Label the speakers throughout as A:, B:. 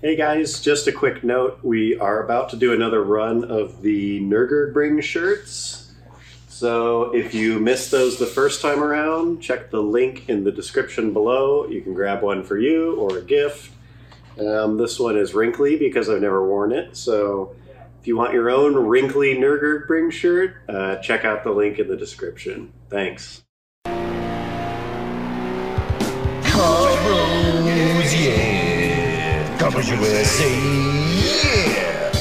A: Hey guys, just a quick note. We are about to do another run of the Nurglerbring shirts. So if you missed those the first time around, check the link in the description below. You can grab one for you or a gift. Um, this one is wrinkly because I've never worn it. So if you want your own wrinkly Nurglerbring shirt, uh, check out the link in the description. Thanks.
B: Cobbles, yeah. Cobbles USA, yeah.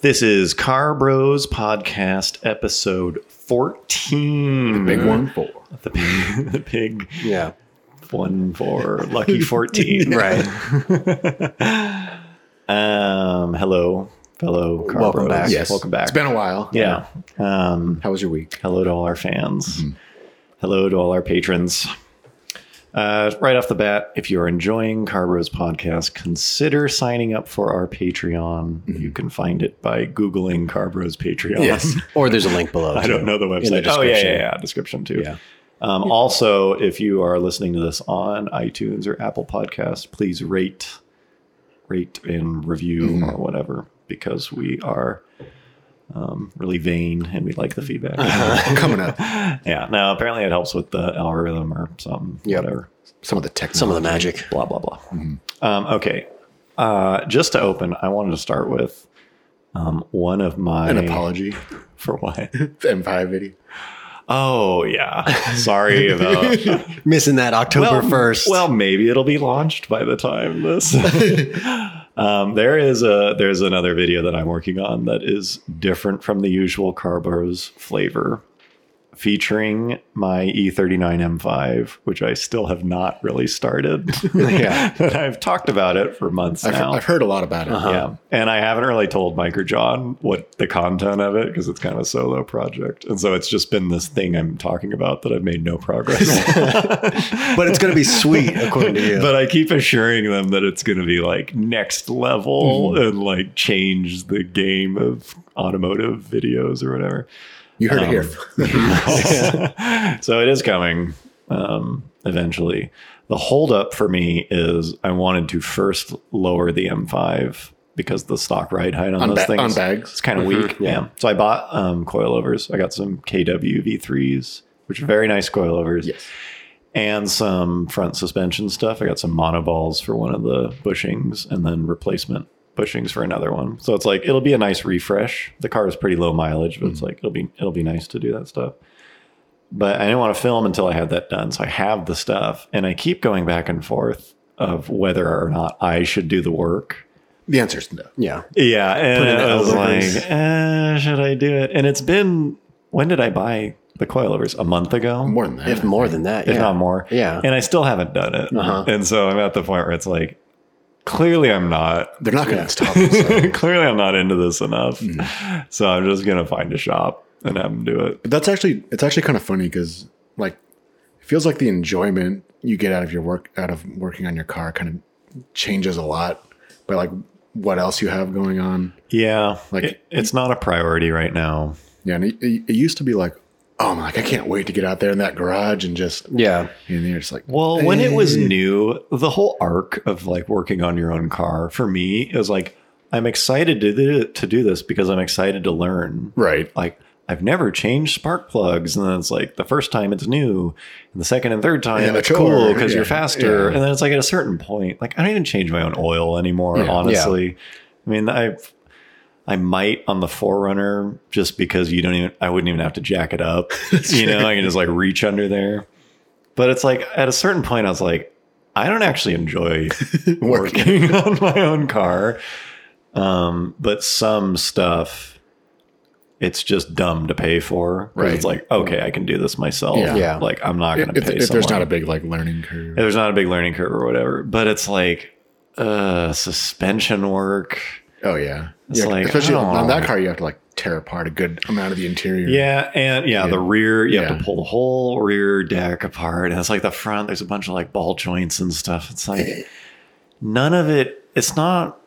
A: This is Car Bros Podcast, episode 14.
C: Big one four.
A: The, big- the big
C: Yeah.
A: one for lucky 14
C: Right.
A: um hello fellow car
C: Welcome
A: bros.
C: back.
A: welcome back
C: It's been a while. Mm-hmm.
A: yeah um
C: How was your week?
A: hello to all our fans hello to all our patrons uh, right off the bat, if you're enjoying Carbros podcast, consider signing up for our Patreon.
C: Mm-hmm.
A: You can find it by Googling Carbros Patreon.
D: or there's a link below.
A: I don't know the website.
D: In the
A: oh yeah,
D: description.
A: yeah, yeah, description too.
D: Yeah.
A: Um, also, if you are listening to this on iTunes or Apple Podcasts, please rate, rate and review or whatever, because we are um, really vain and we like the feedback.
C: Coming up,
A: yeah. Now, apparently, it helps with the algorithm or something.
C: Yep.
A: Whatever.
C: some of the tech.
D: Some of the magic.
A: Blah blah blah. Um, okay. Uh, just to open, I wanted to start with um, one of my
C: An apology
A: for what.
C: to Empire Video.
A: Oh yeah. Sorry about
D: Missing that October first.
A: Well, maybe it'll be launched by the time this. um, there is a there's another video that I'm working on that is different from the usual Carbo's flavor, featuring my E E39 M5, which I still have not really started.
C: Yeah.
A: but I've talked about it for months
C: I've,
A: now.
C: I've heard Uh-huh. a lot about it.
D: Uh-huh.
A: Yeah, and I haven't really told Mike or John what the content of it because it's kind of a solo project, and so it's just been this thing I'm talking about that I've made no progress.
D: but it's going to be sweet, according to you.
A: But I keep assuring them that it's going to be like next level
C: Mm-hmm.
A: and like change the game of automotive videos or whatever.
C: You heard it here.
D: Um,
A: so it is coming um, eventually. The holdup for me is I wanted to first lower the M5 because the stock ride height on,
C: On
A: those
C: ba-
A: things
C: on bags.
A: it's kind of weak. Yeah. So I bought um, coilovers. I got some KW V3s, which are very nice coilovers
C: Yes.
A: and some front suspension stuff. I got some monoballs for one of the bushings and then replacement bushings for another one. So it's like it'll be a nice refresh. The car is pretty low mileage, but it's like it'll be it'll be nice to do that stuff. But I didn't want to film until I had that done. So I have the stuff and I keep going back and forth of whether or not I should do the work.
C: The answer is no.
D: yeah,
A: Yeah, and
D: Put in
A: I
D: the
A: was
D: elbows.
A: like, eh, should I do it? And it's been when did I buy the coilovers? A month ago,
C: More than that.
D: if more than that,
A: if
D: yeah.
A: not more.
D: Yeah.
A: and I still haven't done it.
D: Uh-huh.
A: And so I'm at the point where it's like, clearly I'm not.
C: They're not going to stop us. so.
A: clearly I'm not into this enough. So I'm just gonna find a shop and have them do it.
C: But that's actually it's actually kind of funny because like it feels like the enjoyment you get out of your work out of working on your car kind of changes a lot by like what else you have going on.
A: Yeah, like
C: Like-
A: it's not a priority right now.
C: Yeah, and it, it it used to be like, oh my, like I can't wait to get out there in that garage and just
D: yeah,
C: and you're just like,
A: Well, when it was new, the whole arc of like working on your own car for me is like I'm excited to do, to do this because I'm excited to learn.
C: right,
A: Like I've never changed spark plugs, and then it's like the first time it's new, and the second and third time
C: Yeah,
A: it's
C: sure.
A: cool because you're
C: Yeah,
A: faster,
C: yeah.
A: and then it's like at a certain point, like I don't even change my own oil anymore.
C: Yeah,
A: honestly, I mean I. I might on the Forerunner just because you don't even, I wouldn't even have to jack it up. you know, I can just like reach under there. But it's like at a certain point, I was like, I don't actually enjoy working on my own car. Um, but some stuff, it's just dumb to pay for. 'Cause It's
C: Right.
A: like, okay, I can do this myself.
C: Yeah.
D: Yeah.
A: Like, I'm not going to
C: if,
A: pay
C: if there's
A: someone.
C: not a big like learning curve.
A: If there's not a big learning curve or whatever. But it's like, uh, suspension work.
C: Oh yeah,
A: It's
C: Yeah,
A: like,
C: especially
A: oh.
C: on that car, you have to like tear apart a good amount of the interior.
A: Yeah, and yeah, the rear, you have
C: Yeah.
A: to pull the whole rear deck apart. And it's like the front, there's a bunch of like ball joints and stuff. It's
C: Eh.
A: like none of it, it's not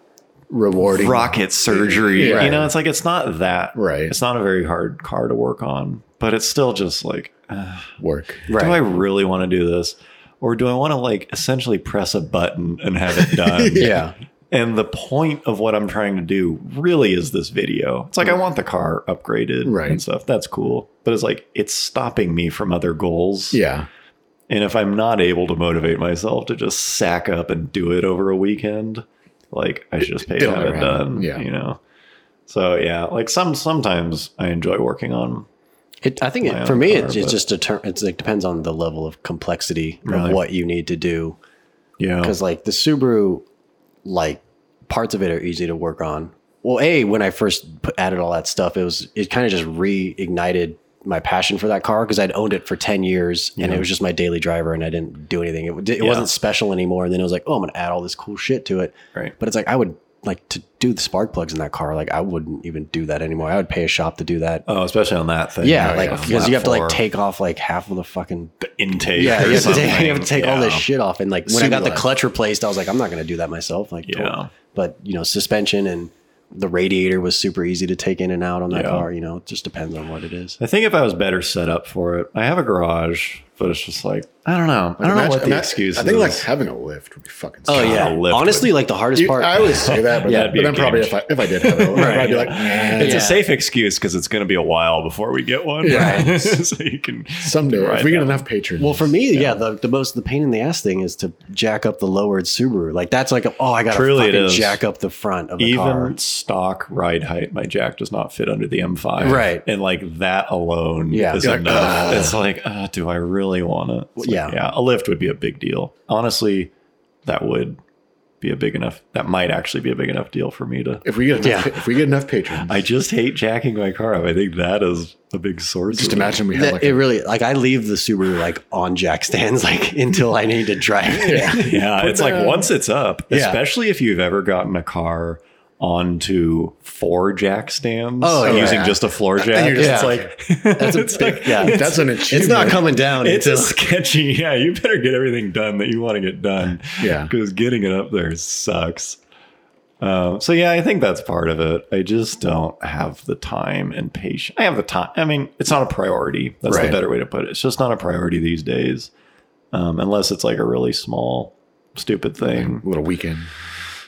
C: rewarding.
A: rocket surgery.
C: Yeah.
A: You know, it's like it's not that.
C: Right.
A: It's not a very hard car to work on, but it's still just like, uh,
C: work.
A: do I really want to do this? or do I want to like essentially press a button and have it done?
E: Yeah.
A: And the point of what I'm trying to do really is this video. It's like I want the car upgraded
C: Right.
A: and stuff. That's cool. But it's like it's stopping me from other goals.
C: Yeah.
A: And if I'm not able to motivate myself to just sack up and do it over a weekend, like I should just pay to
C: It'll
A: have it
C: never happen.
A: done.
C: Yeah.
A: You know? So yeah, like some sometimes I enjoy working on
E: It, I think
A: My
E: it, for
A: own
E: me,
A: car,
E: it's, it's
A: but-
E: just a term. It's like depends on the level of complexity
A: Really? Oh.
E: of what you need to do.
A: yeah.
E: Because like the Subaru, like parts of it are easy to work on. Well, a when I first put, added all that stuff, it was it kind of just reignited my passion for that car because I'd owned it for ten years and it was just my daily driver and I didn't do anything. It, w- it
A: Yeah.
E: wasn't special anymore. And then it was like, oh, I'm gonna add all this cool shit to it.
A: Right.
E: But it's like I would like to do the spark plugs in that car. Like I wouldn't even do that anymore. I would pay a shop to do that.
A: Oh, especially on that thing.
E: Yeah,
A: Oh,
E: like because you have to
A: Flat
E: like
A: four,
E: take off like half of the fucking.
A: the intake.
E: Yeah,
A: or
E: you have to take,
A: something.
E: you have to take all this
A: Yeah.
E: shit off, and like when I got the
C: Simulate.
E: clutch replaced, I was like, I'm not gonna do that myself. Like,
A: Yeah.
E: don't- but you know, suspension and the radiator was super easy to take in and out on that
A: Yeah.
E: car. You know, it just depends on what it is.
A: I think if I was better set up for it, I have a garage, but it's just like I don't know. I don't know what the
C: ima-
A: excuse
C: I think like
A: is.
C: having a lift would be fucking.
E: Oh
C: sick.
E: yeah,
A: a lift
E: honestly, like the hardest
C: You-
E: part.
C: I always say that, but,
A: Yeah,
C: then,
A: it'd be
C: but
A: a
C: then probably if I, if I did have it, I'd probably be like, nah,
A: it's
E: Yeah.
A: a safe excuse because it's going to be a while before we get one.
C: Yeah.
A: so you can.
C: someday
A: Right
C: if we get
A: now.
C: enough patrons.
E: well, for me, yeah, the, the most the pain in the ass thing is to jack up the lowered Subaru. Like that's like, a, oh, I got to
A: Truly it
E: fucking
A: is.
E: jack up the front of the
A: Even
E: car.
A: stock ride height, my jack does not fit under the M5.
E: Right.
A: And like that alone
E: Yeah.
A: is
E: You're "Ah."
C: like,
A: enough. it's like, uh, do I really want to?
E: yeah.
A: Yeah. A lift would be a big deal. Honestly, that would be a big enough, that might actually be a big enough deal for me to
C: if we get enough,
E: Yeah.
C: if we get enough patrons,
A: I just hate jacking my car up. I think that is a big source. of
C: just
A: it.
C: imagine we had
E: That-
C: like
E: it
C: a,
E: really like I leave the Subaru like on jack stands like until I need to drive it.
A: Yeah, it's like
C: down.
A: once it's up,
E: Yeah.
A: especially if you've ever gotten a car onto four jack stands
E: Oh, yeah.
A: using just a floor jack.
C: you're
A: it's
C: just like,
A: like
E: That's a
A: it's like
E: yeah.
A: it's,
C: that's an achievement.
E: it's not coming down
A: it's
E: until
A: a sketchy. Yeah, you better get everything done that you want to get done.
C: Yeah.
A: because getting it up there sucks. Um, so yeah, I think that's part of it. I just don't have the time and patience. I have the time. I mean, it's not a priority. That's
C: Right.
A: the better way to put it. It's just not a priority these days, um, unless it's like a really small, stupid thing,
C: little weekend.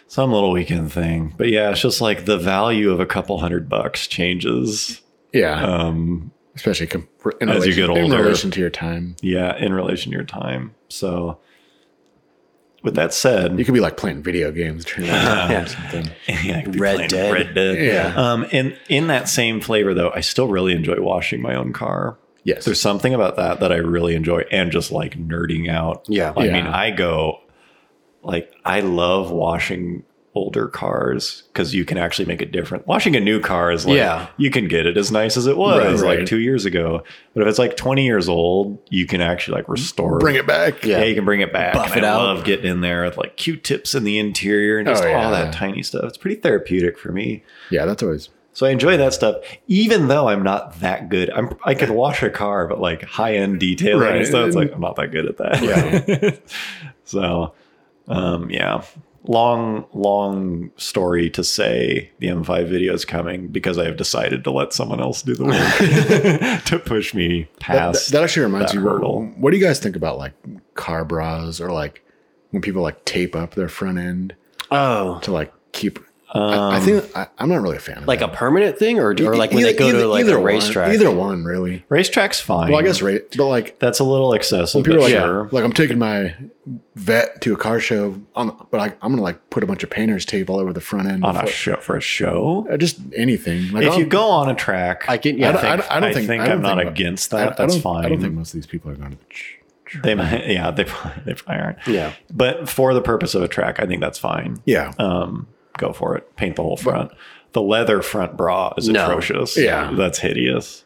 A: some little weekend thing. But yeah, it's just like the value of a couple hundred bucks changes.
C: Yeah,
E: Uh,
A: Um,
C: especially com- in
A: as you
C: relation-
A: get
C: in
A: older.
C: relation to your time,
A: yeah, in relation to your time. So, with that said,
C: you could be like playing video games. during that time or something.
A: yeah, I could be
E: Red
A: playing
E: Dead.
A: Red Dead.
C: Yeah.
A: Um, and in that same flavor, though, I still really enjoy washing my own car.
C: Yes,
A: There's something about that that I really enjoy, and just like nerding out.
E: Yeah.
A: I
C: Yeah.
A: mean, I go like I love washing older cars because you can actually make it different. Washing a new car is like
E: Yeah.
A: you can get it as nice as it was
C: Right,
A: like
C: right.
A: two years ago, but if it's like 20 years old, you can actually like restore
C: bring it back.
A: yeah.
E: Yeah.
A: you can bring it back.
E: Buff
A: And
E: it
A: I
E: out.
A: love getting in there with like Q-tips in the interior and just
C: Oh, yeah.
A: all that tiny stuff. It's pretty therapeutic for me.
C: yeah, that's always
A: So I enjoy that stuff, even though I'm not that good. I'm I can wash a car, but like high end detailing
C: Right.
A: and stuff, it's like I'm not that good at that. Yeah. so, um, yeah. Long, long story to say the M5 video is coming because I have decided to let someone else do the work to push me
C: that,
A: past.
C: that actually reminds
A: that
C: me. What,
A: hurdle.
C: what do you guys think about like car bras or like when people like tape up their front end
E: oh
C: to like keep?
A: Um,
C: I, I think I, I'm not really a fan of
E: like a
C: that.
E: permanent thing or, or like when
C: Either-
E: they go
C: either-
E: to like
C: either
E: a
C: one-
E: racetrack.
C: Either one, really.
A: racetrack's fine.
C: Well, I guess right, but like
A: That's a little excessive.
C: When people are
A: but
C: like,
A: sure.
C: like I'm taking my vet to a car show, on, but I, I'm gonna like put a bunch of painters tape all over the front end.
A: on a
C: before-
A: show for a show.
C: Uh, just anything. Like
A: if
C: I'll-
A: you go on a track,
E: I can yeah.
C: I
E: I
C: don't-
E: think-
C: I don't think- I don't
A: am not
C: think-
A: against
C: I-
A: that.
C: I
A: That's
C: don't-
A: fine.
C: I don't think most of these people are going to. the ch-
A: they might, yeah, they probably, they probably aren't.
E: yeah.
A: But for the purpose of a track, I think that's fine.
C: Yeah,
A: Um, go for it. Paint the whole front. The leather front bra is
E: No.
A: atrocious.
C: Yeah.
A: that's hideous.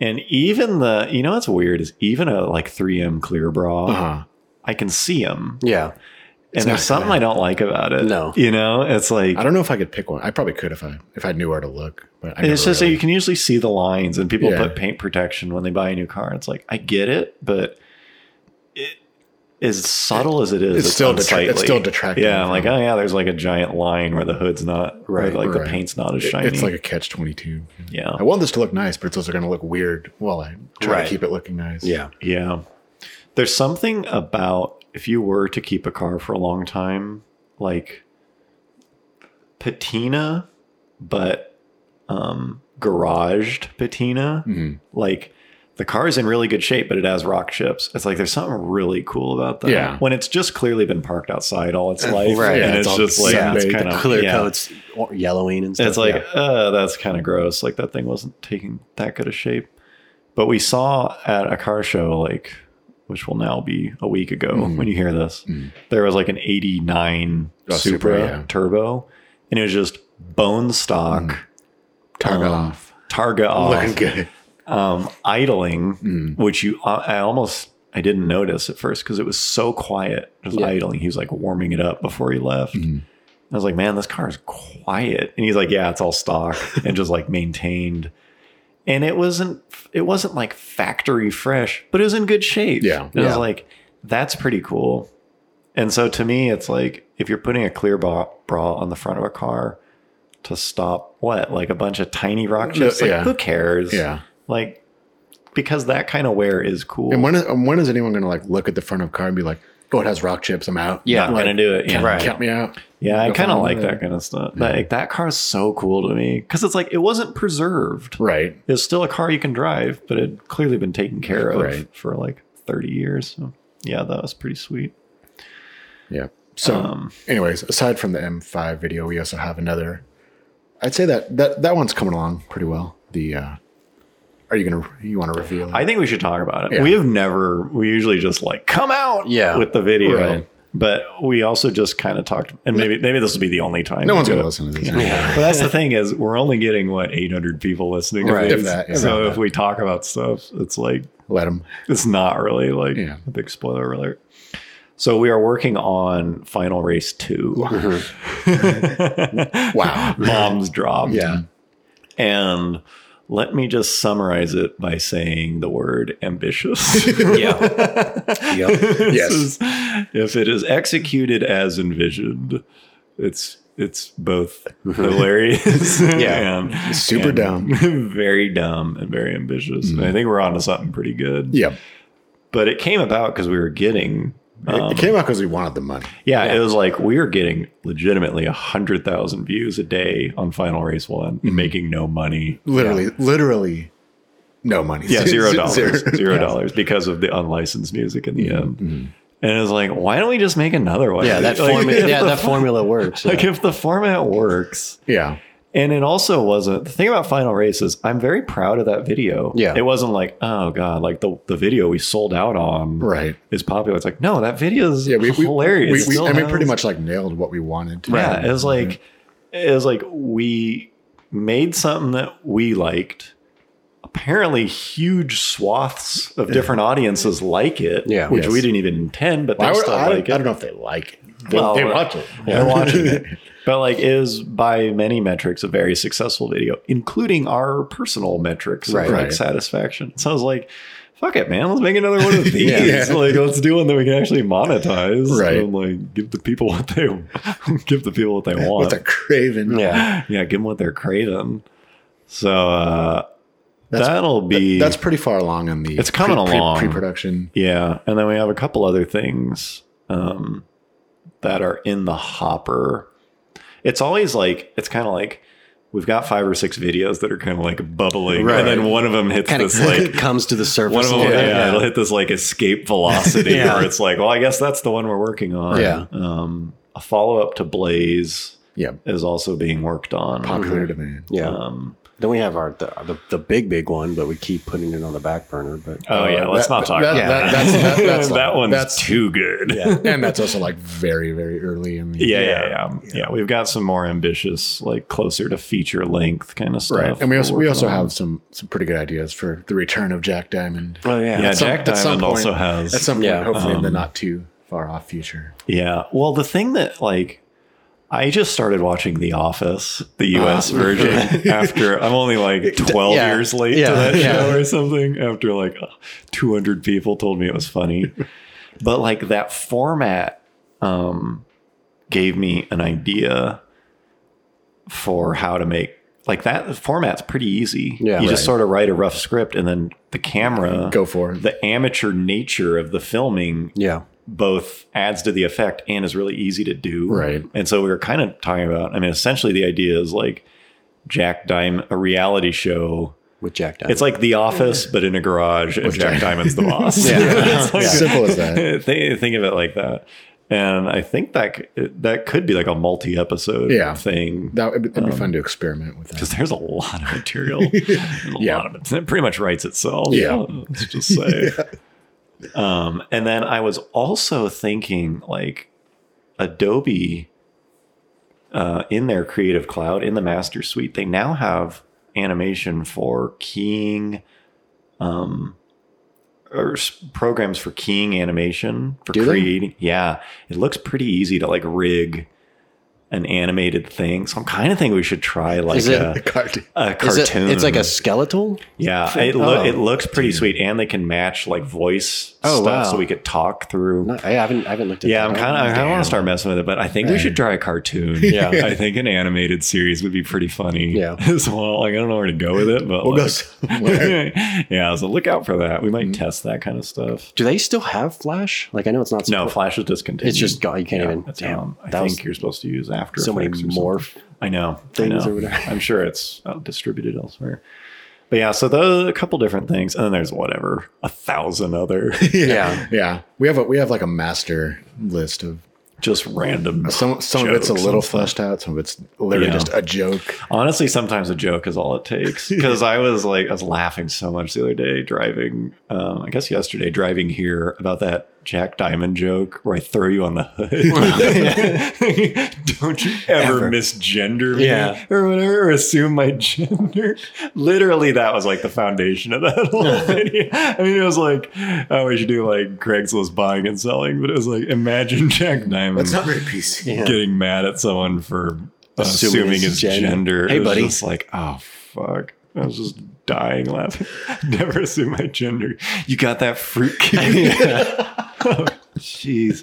A: And even the, you know, what's weird is even a like 3M clear bra,
C: uh-huh.
A: I can see them,
E: Yeah.
A: and
C: not
A: there's something
C: good.
A: I don't like about it.
E: No.
A: you know, it's like
C: I don't know if I could pick one. I probably could if I if I knew where to look. But I
A: And it's
C: never
A: just that
C: really-
A: you can usually see the lines, and people
C: Yeah.
A: put paint protection when they buy a new car. It's like I get it, but it, as subtle as it is,
C: It's
A: it's,
C: still
A: still
C: detract-
A: unsightly.
C: it's still detracting
A: Yeah, I'm like
C: from-
A: oh yeah, there's like a giant line where the hood's not right,
E: Right,
A: like
C: right.
A: the paint's not as shiny. Oh.
C: It's like a catch twenty two.
A: yeah,
C: I want this to look nice, but it's also going to look weird while I try
E: Right.
C: to keep it looking nice.
E: Yeah.
A: yeah. There's something about if you were to keep a car for a long time, like patina, but um, garaged patina.
C: Mm-hmm.
A: Like the car is in really good shape, but it has rock chips. It's like there's something really cool about that.
C: Yeah.
A: When it's just clearly been parked outside all its life,
E: Right.
A: And
E: Yeah,
A: it's,
C: it's all
A: just like it's
C: sunbathed,
A: kind of
E: Clear
A: yeah.
E: coats, or yellowing and stuff.
A: It's like,
E: yeah.
A: uh, that's kind of gross. Like that thing wasn't taking that good a shape. But we saw at a car show, like, which will now be a week ago when you hear this, there was like an 89
C: Oh,
A: Supra,
C: Supra, yeah.
A: turbo, and it was just bone stock,
C: Targa
A: um,
C: off.
A: Targa
C: Looking
A: off,
C: good. Mm-hmm.
A: um, idling,
C: Mm.
A: which you, I I almost, I didn't notice at first because it was so quiet, just idling. He was like warming it up before he left.
C: Mm-hmm.
A: I was like, man, this car is quiet. And he's like, yeah, it's all stock and just like maintained. And it wasn't, it wasn't like factory fresh, but it was in good shape.
C: Yeah.
A: And I was
C: Yeah.
A: like, that's pretty cool. And so to me, it's like, if you're putting a clear bra, bra on the front of a car to stop what? Like a bunch of tiny rock chips? Like,
C: yeah.
A: who cares?
C: Yeah.
A: Like, because that kind of wear is cool.
C: And when is, and when is anyone going to like look at the front of a car and be like, "Oh, it has rock chips. I'm out."
E: Yeah.
A: I'm
C: like,
A: gonna do it. Yeah.
E: Right.
C: count me out.
A: Yeah, I
C: Go
A: kind of
C: find
A: like
C: another.
A: that kind of stuff. Like that car is so cool to me because it's like it wasn't preserved.
C: Right.
A: It's still a car you can drive, but it had clearly been taken care of
C: Right.
A: for like 30 years. So yeah, that was pretty sweet.
C: Yeah. So,
A: Um,
C: anyways, aside from the M5 video, we also have another. I'd say that that that one's coming along pretty well. The uh are you gonna you want to reveal? it?
A: I think we should talk about it.
C: Yeah.
A: We have never, we usually just like come out
E: Yeah.
A: with the video.
C: Right.
A: But we also just kind of talked, and maybe maybe this will be the only time.
C: no
A: we
C: one's
A: do
C: gonna
A: it.
C: listen to this.
A: But that's the thing is, we're only getting what 800 people listening. to
E: Right.
A: this.
C: If that, yeah.
A: So if we talk about stuff, it's like
C: Let them.
A: it's not really like
C: Yeah.
A: a big spoiler alert. So we are working on Final Race 2.
C: Wow.
A: Bombs dropped.
C: Yeah.
A: And let me just summarize it by saying the word ambitious.
E: yeah. Yep.
A: This
C: Yes.
A: is- if it is executed as envisioned, it's it's both hilarious
E: Yeah.
A: and
C: Super
A: and
C: dumb. Mm-hmm.
A: very dumb and very ambitious. And I think we're onto something pretty good.
C: Yeah. It-
A: But it came about because we were getting Um,
C: it came out because we wanted the money.
A: Yeah, it was like we were getting legitimately a hundred thousand views a day on Final Race One,
C: Mm-hmm.
A: and making no money.
C: Literally, literally, no money.
A: Yeah, zero dollars,
C: Zero. Mm-hmm.
A: zero dollars because of the unlicensed music in the end. And it was like, why don't we just make another one?
E: Yeah. That
A: Like,
E: formula.
A: if
E: Yeah.
A: the-
E: That formula works.
A: Like
E: yeah.
A: if the format works,
C: Yeah.
A: and it also wasn't the thing about Final Race is I'm very proud of that video.
E: Yeah.
A: it wasn't like oh god, like the the video we sold out on
C: Right.
A: is popular. It's like no, that video is
C: Yeah. We, we
A: hilarious. It
C: We, we,
A: still
C: I mean, pretty
A: has-
C: much like nailed what we wanted. To.
A: Yeah, it was like it was like we made something that we liked. Apparently, huge swaths of different audiences like it,
E: Yeah.
A: which
C: Yes.
A: we didn't even intend, but they
C: I, would,
A: still
C: I,
A: like
C: I
A: it.
C: don't know if they like it. They,
A: Well,
C: they watch it.
A: They're watching it. But like, it is by many metrics a very successful video, including our personal metrics
E: Right.
A: of like
C: Right.
A: satisfaction. So I was like, "Fuck it, man! Let's make another one of these.
C: Yeah.
A: Like, let's do one that we can actually monetize,
C: Right.
A: And like, give the people what they give the people what they want.
C: What's a craven?
E: yeah.
A: yeah, give them what they're craving. So uh,
C: That's-
A: that'll be
C: That's pretty far along in the
A: It's coming along.
C: pre-production.
A: yeah, and then we have a couple other things um, that are in the hopper. It's always like it's kind of like we've got five or six videos that are kind of like bubbling,
E: Right.
A: and then one of them hits
E: Kind
A: this like
E: of comes to the surface.
A: one of them,
E: a
A: yeah,
E: little bit,
A: it'll hit this like escape velocity
E: Yeah.
A: where it's like, well, I guess that's the one we're working on.
E: Yeah.
A: um, a follow up to Blaze
C: Yeah.
A: is also being worked on.
C: Popular demand.
E: Yeah.
A: Um,
E: Then we have our the, the the big big one, but we keep putting it on the back burner. But
A: Oh yeah, let's not talk
C: that-
A: about
C: that-
A: that.
C: that's- that- that's-
A: that one's
C: that's-
A: too good. Yeah.
C: and that's also like very, very early in the
A: Yeah, yeah, Um, yeah, We've got some more ambitious, like closer to feature length kind of stuff.
C: Right. And we also
A: we're
C: we also
A: working on.
C: have some some pretty good ideas for the return of Jack Diamond.
E: oh yeah,
A: yeah,
E: That's-
C: some-
A: Jack
C: at some
A: Diamond
C: point-
A: also has
C: At some point,
E: Yeah.
C: hopefully
A: um,
C: in the not too far off future.
A: Yeah. Well, the thing that like I just started watching The Office, the US version, after I'm only like 12
E: Ah. yeah.
A: years late
E: Yeah.
A: to that
E: Yeah.
A: show or something, after like 200 people told me it was funny. but like that format um, gave me an idea for how to make like that format's pretty easy.
E: Yeah.
A: you just
E: Right.
A: sort of write a rough script, and then the camera
C: Go for it.
A: the amateur nature of the filming
E: Yeah.
A: both adds to the effect and is really easy to do.
C: Right.
A: And so we were kind of talking about. I mean, essentially the idea is like Jack Dime, a reality show.
E: With Jack Diamond.
A: It's like The Office, but in a garage, and Jack Diamond's the boss. It's like-
C: Simple as that.
A: think, think of it like that. And I think that c- that could be like a multi episode
C: Yeah.
A: thing
C: That would be,
A: Um,
C: that'd be fun to experiment with. That.
A: because there's a lot of material. There's a
C: Yeah.
A: lot of it. It pretty much writes itself.
C: Yeah.
A: Let's just say. Um, and then I was also thinking like Adobe uh, in their Creative Cloud, in the Master Suite, they now have animation for keying um, or s- programs for keying animation for
E: Do they?
A: creating. Yeah. It looks pretty easy to like rig an animated thing. So I'm kind of thinking we should try like uh,
E: Is it-
A: a,
C: Cartoon.
A: a
E: Is it-
A: cartoon.
E: it's like a skeletal.
A: yeah. It, loo- it looks pretty sweet, and they can match like voice
E: Oh,
A: stuff,
E: wow.
A: so we could talk through.
E: No, I haven't. I haven't looked at.
A: yeah, I'm
E: that.
A: kind of. I want to start messing with it, but I think we should try a cartoon. Yeah, I think an animated series would be pretty funny.
E: Yeah.
A: as well. Like I don't know where to go with it, but
C: We'll go
A: like-
C: somewhere.
A: yeah, so look out for that. We might
E: Mm-hmm.
A: test that kind of stuff.
E: Do they still have Flash? Like I know it's not.
A: No,
E: support-
A: Flash is discontinued.
E: It's just gone. You can't
A: Yeah,
E: even.
A: it's
E: Damn,
A: gone. I
E: that
A: think
E: was
A: you're supposed to use After
E: so many
A: Effects or something.
E: more.
A: I know
E: things
A: I know.
E: or whatever.
A: I'm sure it's uh, distributed elsewhere. But yeah, so those a couple different things, and then there's whatever a thousand other
E: Yeah.
C: yeah, we have a, we have like a master list of
A: just random.
C: some. Some of it's a
A: jokes
C: little
A: and stuff.
C: fleshed out. Some of it's literally
A: Yeah.
C: just a joke.
A: Honestly, sometimes a joke is all it takes. Because I was like, I was laughing so much the other day driving. Um, I guess yesterday driving here about that Jack Diamond joke where I throw you on the hood. Don't you ever, misgender me
E: Yeah.
A: or whatever, or assume my gender. Literally, that was like the foundation of that whole video. I mean, it was like, oh, we should do like Craigslist buying and selling, but it was like, imagine Jack Diamond
C: very PC.
E: Yeah.
A: getting mad at someone for assuming, his gender.
E: Hey,
A: It was
E: buddy.
A: Just like, oh, fuck. I was just dying laughing. Never assume my gender. You got that fruitcake. Oh, Jeez.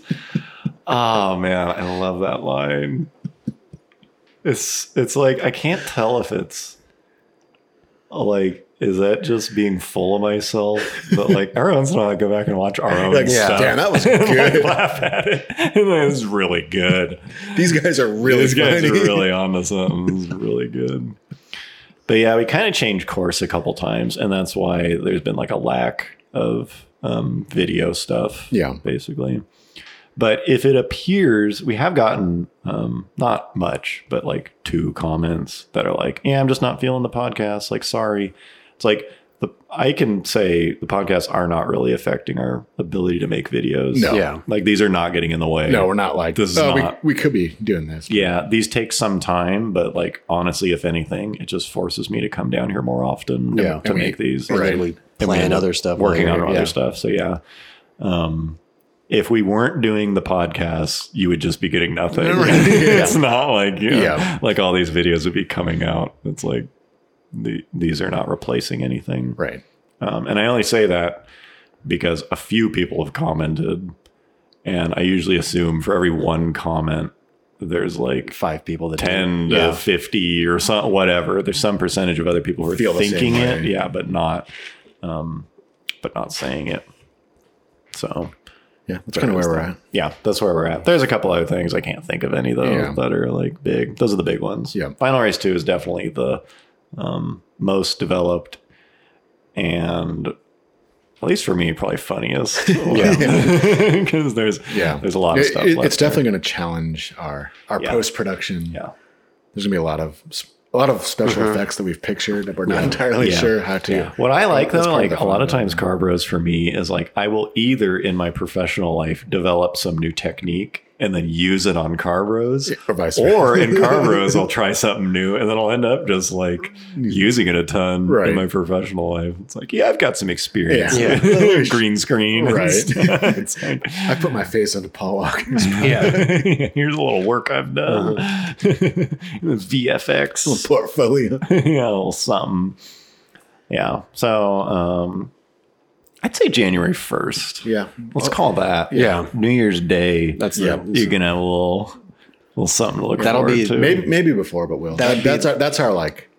A: Oh, man. I love that line. It's It's like, I can't tell if it's like, is that just being full of myself? But like, every once in a while, I go back and watch our own
C: Like,
A: stuff.
C: damn, that was
A: and
C: good.
A: laugh at it. And then it's really good.
C: These guys are really
A: These guys
C: funny.
A: are really on to something. It's really good. But yeah, we kind of changed course a couple times, and that's why there's been like a lack of um, video stuff.
C: Yeah.
A: basically. But if it appears, we have gotten um, not much, but like two comments that are like, "Yeah, I'm just not feeling the podcast." Like, sorry. It's like the I can say the podcasts are not really affecting our ability to make videos.
C: No.
E: Yeah.
A: like these are not getting in the way.
C: No, we're not like
A: This
C: this.
A: is
C: oh,
A: not-
C: we, we could be doing this.
A: Yeah, these take some time, but like honestly, if anything, it just forces me to come down here more often to-
C: Yeah,
A: to
C: and we-
A: make these.
C: right.
E: Literally
A: And we
E: plan
A: end up
E: other stuff.
A: Working
E: later.
A: on
E: Yeah.
A: other stuff. So yeah. Um if we weren't doing the podcast, you would just be getting nothing.
C: Right.
A: it's not like you know,
C: Yeah.
A: like all these videos would be coming out. It's like the, these are not replacing anything.
C: Right.
A: Um, and I only say that because a few people have commented, and I usually assume for every one comment, there's like
E: Five people that do it.
A: 10
E: Yeah.
A: to 50 or some whatever there's some percentage of other people who are
C: Feel the same
A: thinking it
C: way.
A: yeah but not um but not saying it so
C: Yeah. That's kind of where we're at.
A: yeah that's where we're at there's a couple other things i can't think of any though
C: Yeah.
A: that are like big those are the big ones
C: Yeah.
A: final race 2 is definitely the um most developed and at least for me probably funniest yeah because there's
C: Yeah.
A: there's a lot of
C: It-
A: stuff
C: it-
A: left
C: it's definitely going to challenge our our
A: Yeah.
C: post production.
A: yeah
C: There's going to be a lot of s- a lot of special effects that we've pictured that we're not entirely
A: Yeah.
C: sure how to.
A: What I like
C: That's
A: though,
C: part of
A: like a
C: the
A: lot
C: fun
A: of
C: of it.
A: times Carbros for me is like I will either in my professional life develop some new technique and then use it on Carbros.
C: Or vice
A: Or
C: versa.
A: in Carbros, I'll try something new and then I'll end up just like using it a ton
C: Right.
A: in my professional life. It's like, yeah, I've got some experience.
C: Yeah.
A: Green screen. and
C: Right.
A: stuff. It's like,
C: I put my face into Paul Walker's
A: Here's a little work I've done.
C: Uh-huh.
A: VFX.
C: portfolio.
A: you know, something. um, Yeah. So um I'd say January first.
C: Yeah.
A: Let's call that.
E: yeah.
A: New Year's Day.
E: That's
A: yeah.
E: the-
A: You're gonna have a little, little something to look
E: That'll
A: forward
E: be-
A: to.
C: Maybe maybe before, but we'll.
E: That'd be-
C: that's our that's our like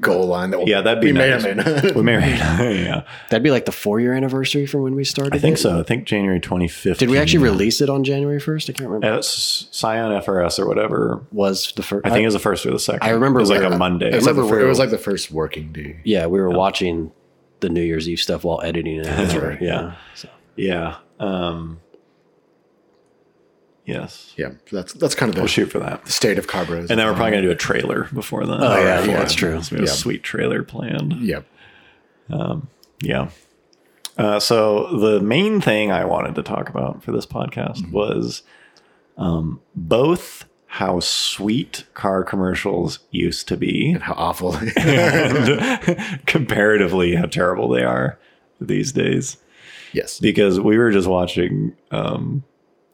C: goal line that we'll,
A: Yeah, that'd be
C: we
A: nice.
C: may or may
A: We
C: not.
A: may yeah.
E: That'd be like the four year anniversary from when we started.
A: I think
E: it.
A: so. I think January 2015.
E: Did we actually release it on January first? I can't remember.
A: S- Scion FRS or whatever?
E: was the first?
A: I think it was the first or the second.
E: I remember
A: it was like
E: when-
A: a Monday.
C: it, was like the
E: Remember
C: fir-
E: where-
C: it was like the first working day.
E: yeah, we were watching the New Year's Eve stuff while editing it. That's
A: right, yeah.
E: So,
A: Yeah. Um, yes.
C: Yeah, so that's that's kind of
A: We'll
C: the
A: Oh, shoot for that.
C: state of Carbros.
A: And then we're probably going to do a trailer before then.
E: oh yeah,
C: yeah.
E: yeah, that's true.
A: So we have
C: Yeah.
A: a sweet trailer planned.
C: yeah,
A: Yeah. Uh, so the main thing I wanted to talk about for this podcast
E: Mm-hmm.
A: was um, both how sweet car commercials used to be
C: and how awful.
A: and comparatively how terrible they are these days
C: yes,
A: because we were just watching um,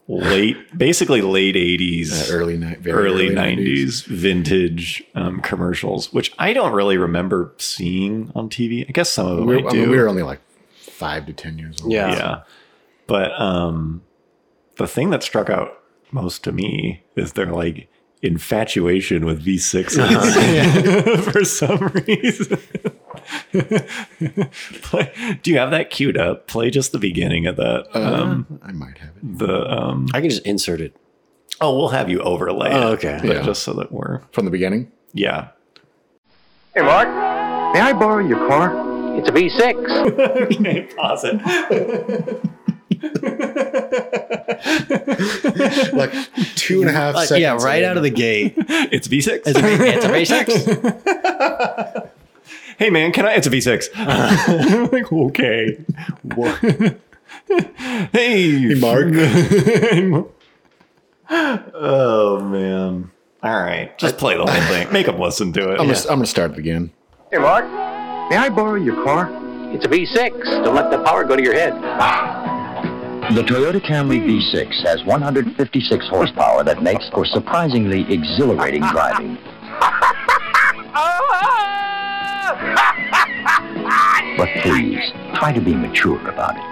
A: late basically late 80s
C: Uh, early night, very
A: early, 90s, vintage um, commercials which i don't really remember seeing on tv i guess some of them
C: We,
A: I
C: I
A: do.
C: mean, we were only like five to ten years old.
E: Yeah.
A: Yeah. But um the thing that struck out most to me is their like infatuation with V6s for some reason. Play, do you have that queued up? Play just the beginning of that. um
C: um, I might have it
A: the um
E: I can just insert it.
A: oh we'll have you overlay
E: Oh,
A: it,
E: okay.
A: but
C: Yeah.
A: just so that we're
C: from the beginning.
A: yeah.
F: Hey, Mark. May I borrow your car? It's a V6.
A: okay, pause it.
C: like two and a half seconds.
E: Uh, yeah, right out of the gate.
A: It's V6.
E: It's a, it's a V6.
A: hey man, can I? It's a V6. I'm like, okay. What? hey,
C: Mark.
A: oh man. All right, just play the whole thing. Make them listen to it.
C: I'm,
A: Yeah.
C: gonna, I'm gonna start it again.
F: Hey, Mark. May I borrow your car? It's a V6. Don't let the power go to your head.
G: The Toyota Camry V6 has 156 horsepower that makes for surprisingly exhilarating driving. But please, try to be mature about it.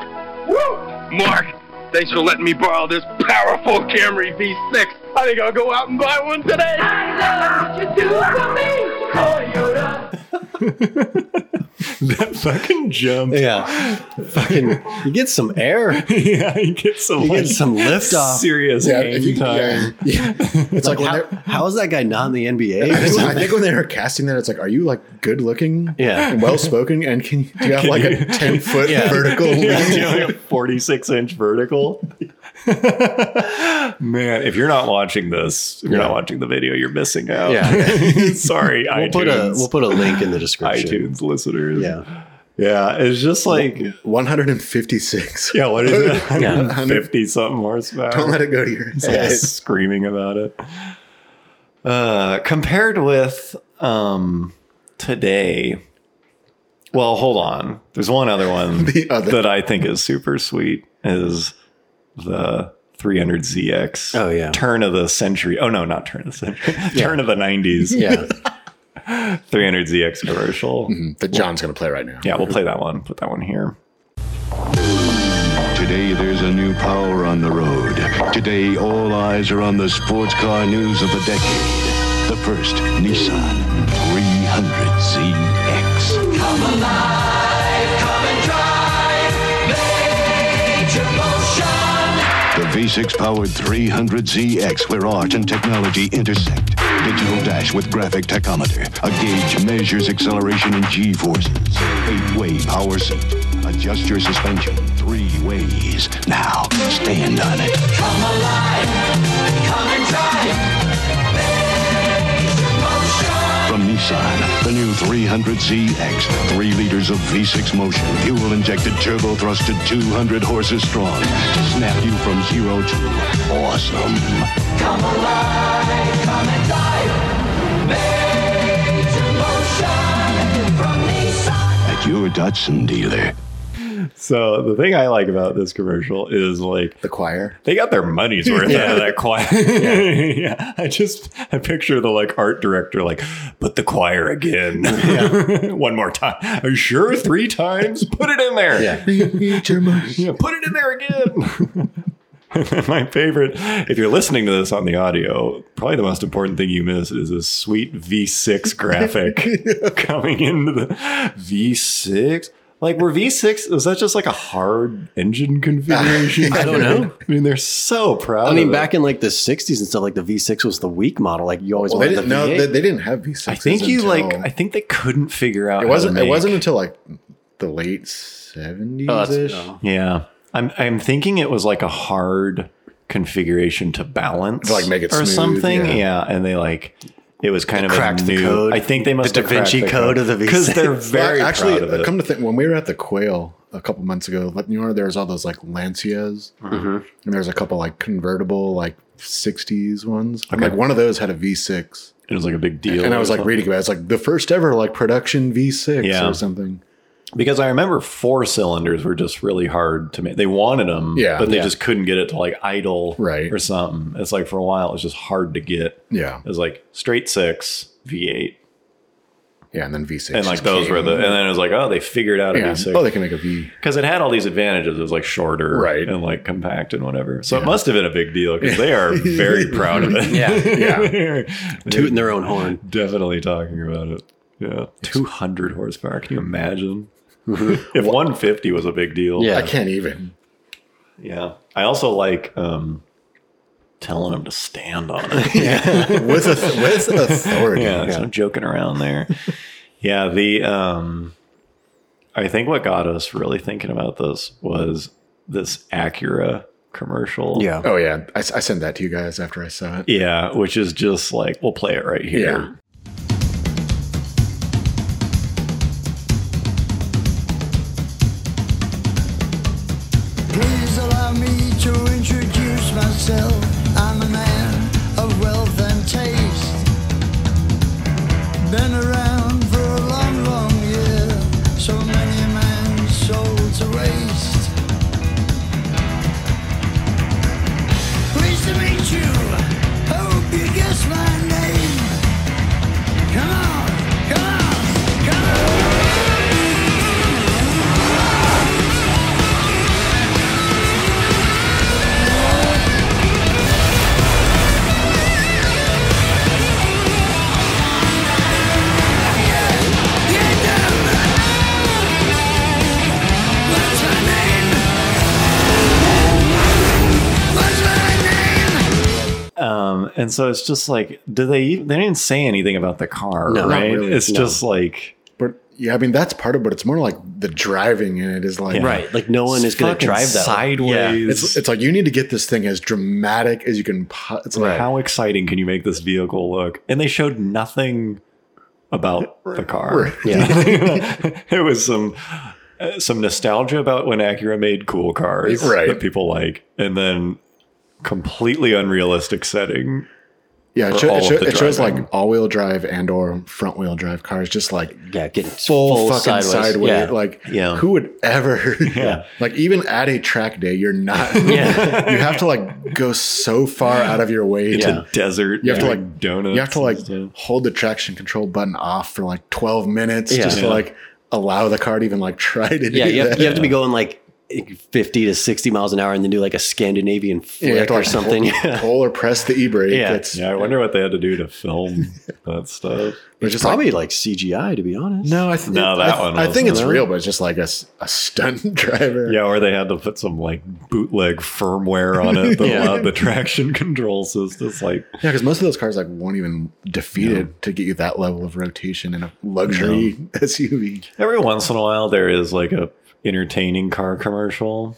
H: Mark, thanks for letting me borrow this powerful Camry V6. I think I'll go out and buy one today. I love what you do for me, Toyota.
A: that fucking jump.
E: yeah. Fucking, you get some air.
A: yeah, you get some.
E: You get some lift off.
A: Serious
C: Yeah,
A: aim
C: if you-
A: time.
C: yeah, yeah. It's like, when
E: How,
C: they're-
E: how is that guy not in the
C: I
E: NBA?
C: think when they were casting that, it's like, are you like good looking?
E: Yeah.
C: well spoken, and can you- do you have like
A: you-
C: a ten foot
E: Yeah.
C: vertical?
A: Yeah,
C: leap?
A: you know, like a 46 inch vertical. Man, if you're not watching this, if you're not
E: Yeah.
A: watching the video, you're missing out.
E: Yeah.
A: Sorry,
E: We'll
A: iTunes.
E: put a we'll put a link in the description.
A: iTunes listeners.
E: Yeah.
A: Yeah. It's just like,
C: 156.
A: yeah, what is it?
E: Yeah.
A: 150 something
C: Don't let
A: horsepower.
C: it go to your head.
A: It's all screaming about it. Uh, compared with um, today, well, hold on. There's one other one
C: The other.
A: that I think is super sweet is the 300ZX.
E: Oh, yeah.
A: Turn of the century. Oh, no, not turn of the century. turn of the 90s.
E: Yeah.
A: 300ZX commercial.
C: That John's gonna play right now.
A: Yeah, we'll play that one. Put that one here.
I: Today, there's a new power on the road. Today, all eyes are on the sports car news of the decade. The first Nissan 300ZX. The V6 powered 300ZX, where art and technology intersect. Digital dash with graphic tachometer. A gauge measures acceleration and G forces. Eight way power seat. Adjust your suspension three ways. Now, stand on it. From Nissan, the new 300ZX, 3 liters of V6 motion, fuel injected turbo thrusted 200 horses strong to snap you from zero to awesome. At your Datsun dealer.
A: So the thing I like about this commercial is like
C: The choir.
A: they got their money's worth out of that choir. yeah. I just I picture the like art director like, put the choir again. One more time. Are you sure? Three times? Put it in there.
E: Yeah.
C: Eat your money.
A: Yeah, put it in there again. My favorite, if you're listening to this on the audio, probably the most important thing you miss is this sweet V6 graphic coming into the V6. Like, were V6, was that just like a hard engine configuration?
E: I don't know.
A: I mean, they're so proud.
E: I
A: of
E: mean,
A: it.
E: back in like the '60s and stuff, like the V6 was the weak model. Like you always
C: Well, they
E: wanted
C: didn't
E: the
C: know
E: V8.
C: they, they didn't have V6.
A: I think you like, I think they couldn't figure out. how to
C: it wasn't. It
A: make-
C: wasn't until like the late seventies
E: Oh, that's-
C: ish.
E: no.
A: Yeah. I'm I'm thinking it was like a hard configuration to balance.
C: To, like, make it
A: or
C: smooth,
A: something.
C: yeah.
A: Yeah. And they like it was kind
E: They
A: of a
E: cracked the
A: new-
E: code.
A: I think they must
E: The
A: have
E: Da Vinci code of the V6.
A: Because they're very
C: Well, actually, uh,
A: proud of it.
C: come to think, when we were at the Quail a couple months ago, like, you know, there was all those like Lancias,
A: Mm-hmm.
C: and there's a couple like convertible like '60s ones. And,
A: Okay.
C: like one of those had a V6,
A: it was like a big deal.
C: and I
A: or
C: was like
A: something.
C: reading about it. it's like the first ever like production V6
A: Yeah.
C: or something.
A: because I remember four cylinders were just really hard to make. They wanted them,
C: Yeah.
A: but they
C: Yeah.
A: just couldn't get it to like idle
C: Right.
A: or something. It's like for a while it was just hard to get.
C: Yeah,
A: It was like straight six, V eight.
C: yeah, and then V6
A: And like
C: just
A: those were the
C: came.
A: and then it was like, oh, they figured out a
C: yeah.
A: V6.
C: oh they can make a V.
A: because it had all these advantages. It was like shorter,
C: Right.
A: and like compact and whatever. So it must have been a big deal because they are very proud of it.
E: yeah,
C: Yeah,
E: tooting their own horn.
A: definitely talking about it. Yeah, two hundred horsepower. Can you imagine? if one fifty was a big deal,
E: Yeah.
C: I can't even.
A: yeah. I also like um, telling them to stand on it.
C: with a, with authority.
A: yeah, there's no joking around there. yeah, the um I think what got us really thinking about this was this Acura commercial.
E: Yeah.
C: Oh yeah, I, s- I sent that to you guys after I saw it.
A: Yeah, which is just like we'll play it right
C: Yeah.
A: here.
B: Please allow me to introduce myself. I'm a man of wealth and taste. Been around for a long, long year. So many man's sold to waste. Pleased to meet you. Hope you guess my name. Come on, come on, come on.
A: Um and so it's just like do they even, they didn't say anything about the car,
E: No, not
A: right?
C: really,
A: it's
C: no.
A: just like
C: But yeah, I mean that's part of, it, but it's more like the driving in it is like
E: Right. Like no one is going to
A: fucking
E: drive that.
A: sideways.
C: It's it's like you need to get this thing as dramatic as you can. Po- it's like
A: How exciting can you make this vehicle look? And they showed nothing about the car.
C: Right.
A: it was some uh, some nostalgia about when Acura made cool cars
C: Right.
A: that people like, and then completely unrealistic setting.
C: yeah, it,
A: for
C: sho-
A: all
C: it,
A: of
C: sho-
A: the
C: it shows
A: driving.
C: like all wheel drive and or front wheel drive cars, just like
E: Yeah, getting
C: full, fucking sideways.
E: Yeah.
C: Like
A: Yeah.
C: who would ever?
A: Yeah.
C: like even at a track day, you're not.
E: yeah.
C: You have to like go so far out of your way
A: It's
C: to.
A: a desert.
C: You have to
A: doing
C: like
A: donuts.
C: You have to like
A: and stuff.
C: hold the traction control button off for like 12 minutes
E: Yeah.
C: just to
A: Yeah.
C: like allow the car to even like try to do
E: Yeah, you have,
C: that.
E: you have to be going like 50 to 60 miles an hour and then do like a Scandinavian
C: Yeah,
E: flick
C: you have to,
E: or
C: like,
E: something.
C: Pull, pull or press the e brake.
E: Yeah.
C: It's,
A: Yeah, I wonder what they had to do to film that stuff.
C: it's
E: It's
C: just
E: probably
C: like,
E: like CGI, to be honest.
C: no, I think
A: No, that
C: I,
A: one
C: I
A: wasn't.
C: think it's real, but it's just like a, s- a stunt driver.
A: Yeah, or they had to put some like bootleg firmware on it that
E: Yeah.
A: allowed the traction control system. It's like
C: Yeah, because most of those cars like won't even defeat it to get you that level of rotation in a luxury SUV,
A: Every once in a while, there is like a entertaining car commercial,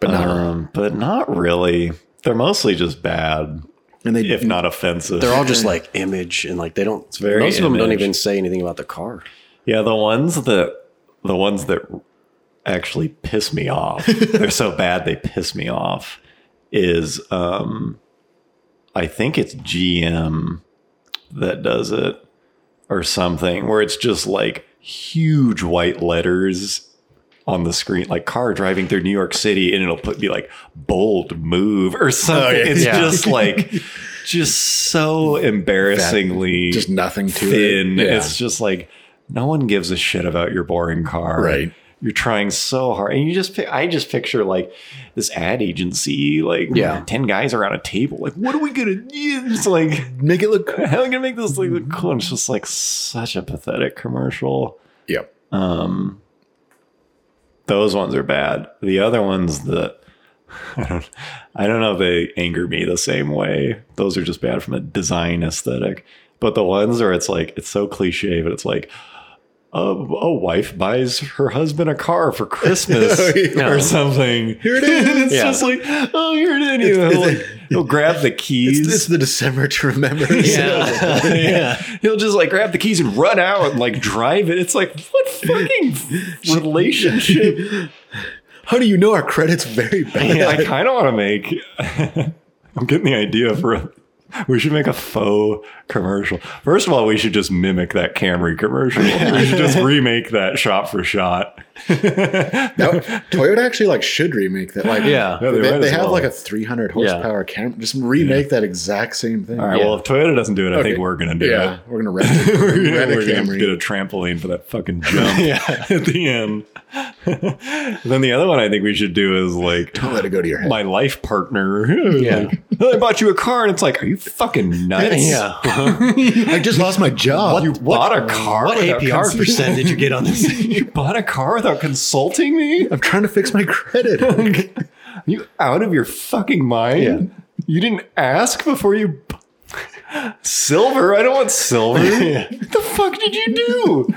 C: but not.
A: um, but not really. They're mostly just bad,
C: and they
A: if not offensive.
E: They're all just like image and like they don't,
A: very
E: most of them don't
A: image.
E: even say anything about the car.
A: yeah, the ones that the ones that actually piss me off. they're so bad they piss me off. Is um, I think it's GM that does it or something, where it's just like huge white letters on the screen, like car driving through New York City, and it'll put be like bold move or something. It's
E: Oh, Yeah.
A: just like just so embarrassingly
C: just nothing to it.
A: thin.
C: Yeah.
A: It's just like no one gives a shit about your boring car.
C: Right.
A: You're trying so hard, and you just pic- I just picture like this ad agency, like
E: Yeah.
A: ten guys around a table, like what are we gonna? It's like
C: Make it look cool.
A: how are we gonna make this like
C: Mm-hmm.
A: look cool? And it's just like such a pathetic commercial.
C: Yep.
A: Um, those ones are bad. The other ones that I don't, I don't know if they anger me the same way. Those are just bad from a design aesthetic. But the ones where it's like it's so cliche, but it's like a, a wife buys her husband a car for Christmas
C: Oh, Yeah.
A: or something. Here
C: it is.
A: it's
E: Yeah.
A: just like oh, here it is. And he'll,
C: It's-
A: like, he'll grab the keys.
C: It's, it's the December to remember.
A: Yeah. He'll just like grab the keys and run out and like drive it. It's like, what fucking relationship?
C: How do you know our credit's very bad?
A: I kind of want to make. I'm getting the idea for a. We should make a faux commercial. First of all, we should just mimic that Camry commercial. We should just remake that shot for shot.
C: That- Toyota actually like should remake that. Like,
E: Yeah.
A: Yeah,
C: they,
A: they might
C: they
A: as
C: have
A: well.
C: like a 300 horsepower camera. Just remake that exact same thing.
A: All right. Well, if Toyota doesn't do it, I think we're gonna do
C: yeah,
A: it.
C: we're gonna rent, it. We're gonna rent a
A: we're gonna
C: Camry.
A: get a trampoline for that fucking jump at the end. then the other one I think we should do is like
C: Don't let it go to your head.
A: my life partner. Yeah. I bought you a car, and it's like, are you fucking nuts?
E: Yeah.
C: I just lost my job.
A: You bought a car.
E: What
A: without
E: APR
A: consul-
E: percent did you get on this?
A: you bought a car without consulting me?
C: I'm trying to fix my credit.
A: Are you out of your fucking mind? You didn't ask before you. bu- Silver? I don't want silver. What the fuck did you do?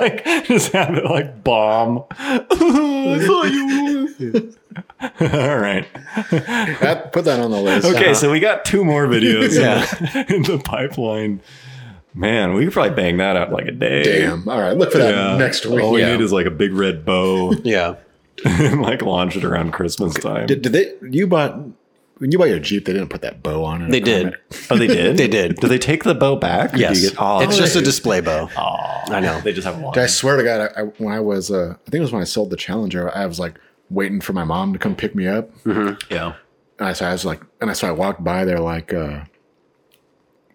A: like, just have it like bomb. I thought you. were- All right.
C: That- Put that on the list. Ah,
A: Okay, so we got two more videos
E: Yeah.
A: in the pipeline. Man, we could probably bang that out in like a day.
C: Damn. All right. Look for that
A: Yeah.
C: next week.
A: All we
E: Yeah.
A: need is like a big red bow
E: yeah.
A: and like launch it around Christmas time.
C: Did, did they? You bought when you bought your Jeep. They didn't put that bow on it.
E: They did.
A: oh, they did?
E: They did.
A: Did they take the bow back? Or do
E: Yes.
A: You get, oh,
E: it's just a display bow. I know.
A: They just have one.
C: Dude, I swear to God, I, I, when I was, uh, I think it was when I sold the Challenger, I was like waiting for my mom to come pick me up.
E: Mm-hmm.
A: Yeah.
C: And I, so I was like, and I so I walked by there like, uh,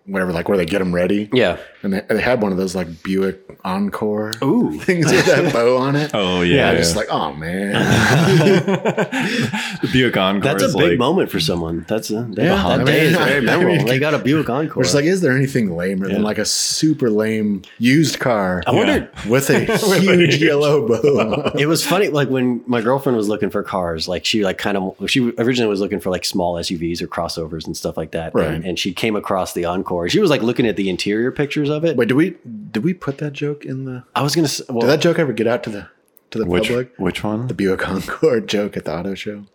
C: whatever, like where they get them ready.
E: Yeah.
C: And they, they had one of those like Buick Encore things with that bow on it.
A: Oh yeah.
C: I'm
A: yeah.
C: just like, oh man.
A: the Buick Encore.
E: That's
A: is
E: a big
A: like,
E: moment for someone. That's a, that,
C: Yeah, I
E: that
C: mean,
E: day is very
C: I
E: memorable.
C: mean,
E: they got a Buick Encore.
C: We're just like, is there anything lamer than
A: Yeah.
C: like a super lame used car
E: I wonder.
C: with a huge yellow bow?
E: It was funny, like when my girlfriend was looking for cars, like she like kind of she originally was looking for like small SUVs or crossovers and stuff like that.
C: Right.
E: And, and she came across the Encore. She was like looking at the interior pictures of it.
C: Wait, did we did we put that joke in the?
E: I was gonna. s- Well,
C: Did that joke ever get out to the to the
A: Which
C: public?
A: which one?
C: The Buick Encore joke at the auto show.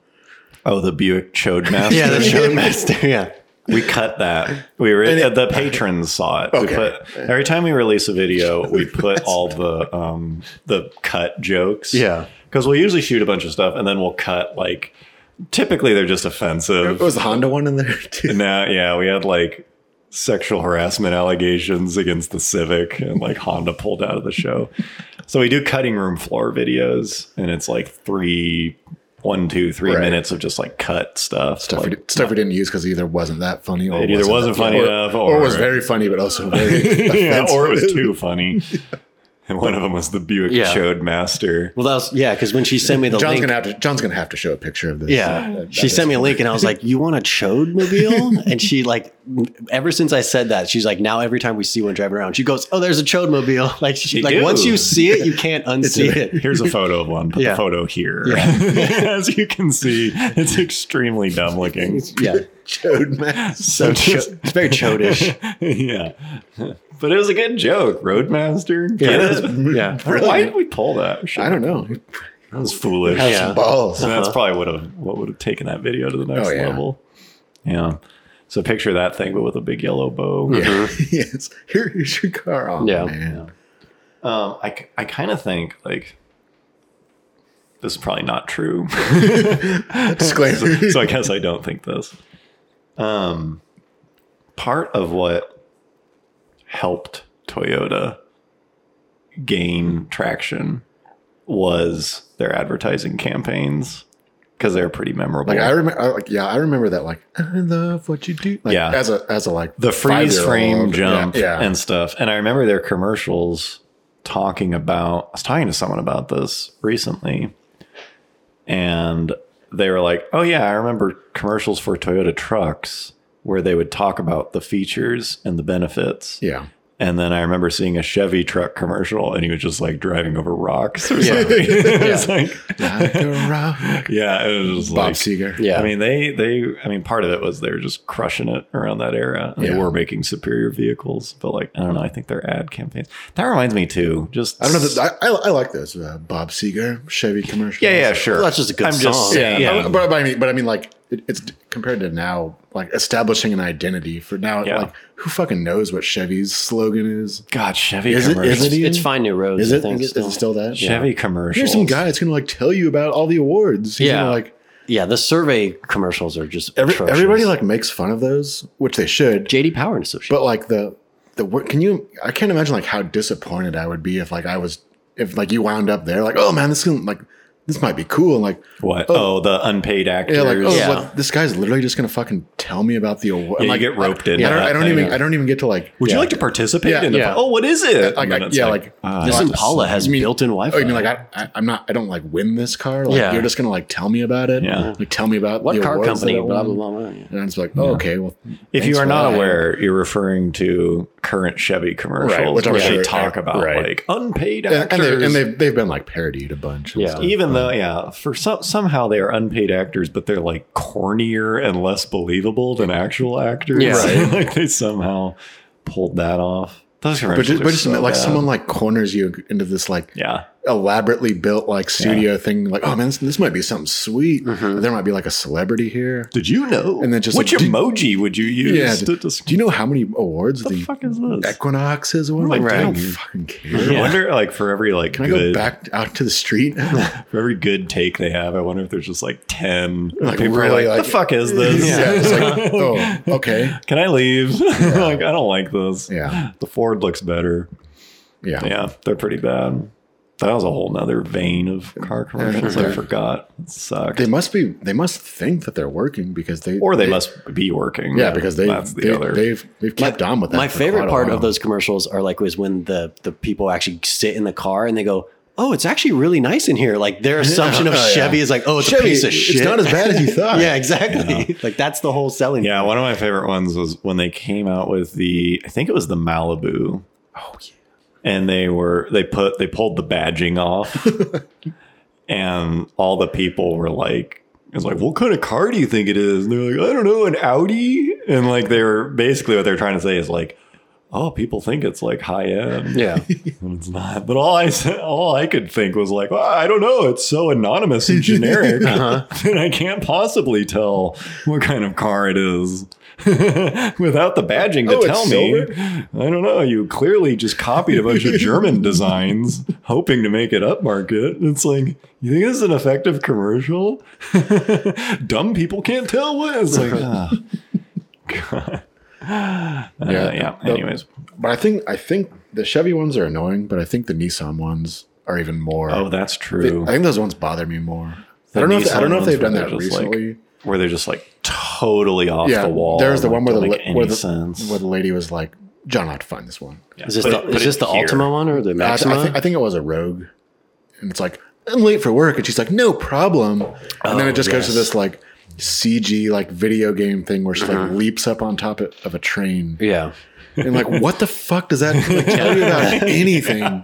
A: oh, the Buick Chodemaster.
E: yeah, the Showmaster. Yeah.
A: We cut that. We were
C: And it-
A: the patrons saw it.
C: Okay.
A: We put every time we release a video, we put all the um the cut jokes.
E: Yeah.
A: Because we'll usually shoot a bunch of stuff and then we'll cut like typically they're just offensive.
C: It was the Honda one in there too.
A: now yeah, we had like sexual harassment allegations against the Civic and like Honda pulled out of the show. so we do cutting room floor videos and it's like three one, two, three
C: Right.
A: minutes of just like cut stuff.
C: Stuff,
A: like,
C: we, stuff we didn't use because either wasn't that funny or
A: It either wasn't
C: that-
A: funny
C: or,
A: enough
C: or,
A: or-
C: was very funny but also very
A: yeah, or it was
C: offensive.
A: too funny. And one of them was the Buick
E: Yeah.
A: Chode Master.
E: Well, that was yeah. Because when she sent me the
C: John's
E: link,
C: gonna have to John's gonna have to show a picture of this.
E: Yeah. she sent me a link and I was like, You want a chode mobile? and she like ever since I said that, she's like, now every time we see one driving around, she goes, Oh, there's a chode mobile. Like she,
A: They
E: like
A: do.
E: once you see it, you can't unsee it.
A: Here's a photo of one. Put
E: Yeah.
A: the photo here. As you can see, it's extremely dumb looking.
E: Yeah.
C: Chode mask.
E: So cho- it's very chodish.
A: yeah. But it was a good joke, Roadmaster. Get
E: Yeah.
A: it?
E: Yeah.
A: Why did we pull that? Shit,
C: I don't know.
A: That was foolish.
C: Have
E: Yeah.
C: some balls. Uh-huh.
A: So that's probably what have, what would have taken that video to the next
C: Oh, yeah.
A: level. Yeah. So picture that thing, but with a big yellow bow.
C: yes. Here, here's your car. Oh,
E: Yeah.
C: man.
A: Um, I, I kind of think like this is probably not true.
C: Disclaimer.
A: so I guess I don't think this. Um, part of what helped Toyota gain traction was their advertising campaigns because they're pretty memorable.
C: Like I remember, like yeah, I remember that. Like I love what you do. Like,
A: Yeah.
C: as a as a like
A: the freeze
C: five-year-old.
A: frame
C: Yeah,
A: jump
C: Yeah,
A: and stuff. And I remember their commercials. talking about, I was talking to someone about this recently, and they were like, oh, yeah, I remember commercials for Toyota trucks where they would talk about the features and the benefits.
C: Yeah.
A: And then I remember seeing a Chevy truck commercial, and he was just like driving over rocks or something. it was like,
C: Like a rock.
A: yeah, it was just
C: Bob
A: like,
C: Seger.
E: Yeah.
A: I mean, they they I mean, part of it was they were just crushing it around that era. and They
C: Yeah.
A: were making superior vehicles, but like I don't know, I think their ad campaigns. That reminds me too. Just
C: I don't know. That, I, I, I like those uh, Bob Seger Chevy commercials.
A: yeah, yeah, sure.
E: Well, that's just a good
A: I'm
E: song.
A: Just saying, yeah,
C: Uh, But, but I mean, but I mean, like it, it's d- compared to now, like establishing an identity for now.
A: Yeah.
C: Like who fucking knows what Chevy's slogan is?
A: God, Chevy
C: Is it-
A: commercials.
C: is it
E: It's Find New Roads.
C: Is
E: I
C: it?
E: think,
C: Is, is it still that?
A: Chevy commercials.
C: Here's some guy that's gonna like tell you about all the awards. He's
E: Yeah.
C: gonna, like
E: Yeah, the survey commercials are just
C: every,
E: atrocious.
C: everybody like makes fun of those, which they should.
E: JD Power and Associates.
C: But like the the wor- can you? I can't imagine like how disappointed I would be if like I was if like you wound up there like oh man this can like this might be cool and like
A: what?
C: Oh.
A: Oh, the unpaid actors.
C: Yeah, like oh,
E: Yeah.
C: what- this guy's literally just gonna fucking tell me about the award.
A: Yeah,
C: like,
A: you get roped into
C: I don't,
A: that
C: I don't
A: thing.
C: even. I don't even get to like.
A: Would
C: yeah.
A: you like to participate
C: Yeah,
A: in the
C: yeah.
A: oh what is it?
C: Like,
A: And then
C: I-
A: it's
C: yeah, like,
A: ah,
E: this Impala has
C: You mean-
E: built-in Wi-Fi.
C: Oh, you mean like I, I? I'm not. I don't like win this car. Like
E: Yeah.
C: you're just gonna like tell me about it.
A: Yeah.
C: Like tell me about
E: what
C: the
E: car
C: awards
E: company?
C: that it
E: Blah blah
C: won.
E: blah. blah, yeah.
C: And it's like, oh, okay, well.
A: If
C: thanks
A: you are
C: for
A: not
C: that.
A: aware, you're referring to current Chevy commercials,
C: Right,
A: which
C: which I'm
A: where they
C: sure-
A: talk about
C: right.
A: like unpaid
C: and, and,
A: actors,
C: they, and they've they've been like parodied a bunch. and
E: Yeah.
C: stuff.
A: even though yeah, for some somehow they are unpaid actors, but they're like cornier and less believable than actual actors.
E: Yeah. Right.
A: like they somehow pulled that off. Those
C: But
A: commercials
C: just,
A: are
C: but just
A: so
C: like
A: bad.
C: someone like corners you into this like
A: yeah,
C: elaborately built like studio thing. Like, oh man, this, this might be something sweet. There might be like a celebrity here.
A: did you know?
C: And then just
A: which
C: like, did-
A: emoji would you use
C: Yeah,
A: to
C: d-
A: describe?
C: Do you know how many awards
A: What
C: the,
A: the fuck is this?
C: Equinox is? Or
A: Right.
C: like, I don't
A: Right.
C: fucking care.
A: I wonder, like, for every like
C: Can I go
A: good,
C: back out to the street? yeah,
A: for every good take they have, I wonder if there's just like ten
C: Like,
A: people are
C: really,
A: like,
C: like-
A: the fuck is this?
C: it's like, oh, okay.
A: Can I leave? like, I don't like this.
C: Yeah.
A: The Ford looks better.
C: Yeah.
A: Yeah, they're pretty bad. That was a whole nother vein of car commercials I forgot. It sucked.
C: They must be. They must think that they're working because they
A: or they, must be working.
C: Yeah, because they,
A: that's the
C: they
A: other.
C: they've they've kept on with that.
E: My
C: for
E: favorite
C: quite a
E: part
C: while.
E: of those commercials are like was when the the people actually sit in the car and they go, "Oh, it's actually really nice in here." Like their assumption of
C: Oh, yeah.
E: Chevy is like, "Oh, it's
C: Chevy,
E: a piece of
C: it's
E: shit."
C: not as bad as you thought.
E: yeah, exactly. Like that's the whole selling.
A: yeah, one of my favorite ones was when they came out with the I think it was the Malibu. Oh yeah. And they were they put they pulled the badging off. and all the people were like it's like, what kind of car do you think it is? And they're like, I don't know, an Audi. And like they were basically what they're trying to say is like, oh, people think it's like high end.
E: yeah.
A: And it's not. But all I said, all I could think was like, well, I don't know. It's so anonymous and generic
C: Uh-huh.
A: that I can't possibly tell what kind of car it is without the badging to
C: Oh, it's
A: tell me. I don't know. You clearly just copied a bunch of German designs, hoping to make it upmarket. It's like you think this is an effective commercial? Dumb people can't tell what. It's like. ah. God. Uh,
C: Yeah.
A: yeah.
C: Nope.
A: Anyways,
C: But I think I think the Chevy ones are annoying, but I think the Nissan ones are even more.
A: oh, that's true.
C: I think those ones bother me more.
A: The
C: I don't know. If, I
A: Nissan
C: don't know if they've done
A: ones where
C: that
A: they're just, like,
C: recently.
A: where they're just like totally off
C: yeah,
A: the wall.
C: there's the
A: and, like,
C: one where the,
A: don't make
C: la- where,
A: any
C: the
A: sense.
C: where the lady was like, "John, I'd find this one."
A: Yeah,
E: Is this
A: put
E: the,
A: it-
E: is
A: put
E: this
A: it
E: the
A: here.
E: Ultima one or the
C: Uh, I, I,
E: Maxima?
C: think, I think it was a Rogue, and it's like, "I'm late for work," and she's like, "No problem," and then
E: Oh,
C: it just goes to
E: yes.
C: this like CG like video game thing where she
A: Mm-hmm.
C: like leaps up on top of, of a train,
E: yeah.
C: and like, what the fuck does that like, tell you about anything?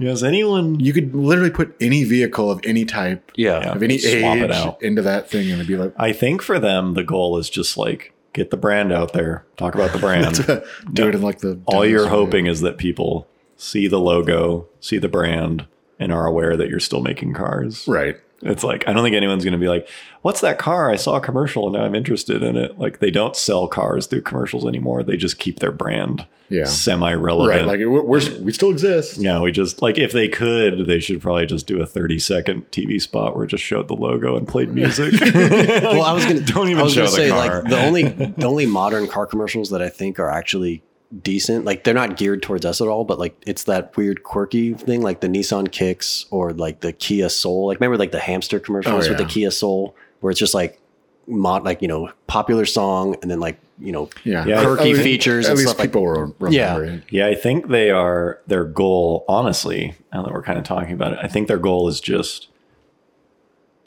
A: Yes, anyone?
C: You could literally put any vehicle of any type,
E: Yeah.
A: Yeah.
C: of any
A: Swap it
C: age,
A: out.
C: into that thing, and it'd be like,
A: I think for them, the goal is just like get the brand out there, talk about the brand.
C: do it in like the
A: All you're
C: dumbest way.
A: hoping is that people see the logo, see the brand, and are aware that you're still making cars.
C: right?
A: It's like I don't think anyone's going to be like, "What's that car? I saw a commercial and now I'm interested in it." Like they don't sell cars through commercials anymore; they just keep their brand
C: Yeah.
A: semi-relevant.
C: Right, like we're, we're we still exist.
A: Yeah, we just like if they could, they should probably just do a 30 second TV spot where it just showed the logo and played music.
E: Well, I was gonna
A: Don't even
E: I was
A: show
E: gonna
A: the
E: say
A: car.
E: like the only the only modern car commercials that I think are actually decent. Like they're not geared towards us at all, but like it's that weird quirky thing, like the Nissan Kicks or like the Kia Soul. Like remember like the hamster commercials
C: Oh,
E: with the
C: yeah.
E: Kia Soul, where it's just like mod, like you know, popular song, and then like you know,
C: Yeah.
A: Yeah,
E: quirky
C: At least-
E: features
C: At
E: and
C: least
E: stuff like-
C: people were remember
E: Yeah.
C: it.
A: Yeah, I think they are their goal, honestly, now that we're kind of talking about it, I think their goal is just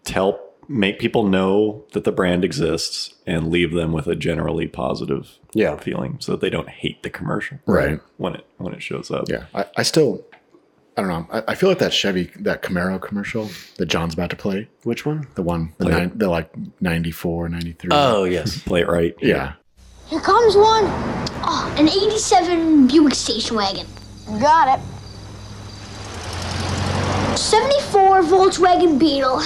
A: to help make people know that the brand exists and leave them with a generally positive
E: Yeah.
A: feeling so that they don't hate the commercial.
C: Right.
A: When it when it shows up.
C: Yeah. I, I still, I don't know. I, I feel like that Chevy, that Camaro commercial that John's about to play,
E: which one?
C: the one, the,
A: Play.
C: nine, the like 94, 93.
E: Oh yes,
A: Play it right.
C: yeah.
J: Here comes one. Oh, an 87 Buick station wagon. Got it. 74 Volkswagen Beetle.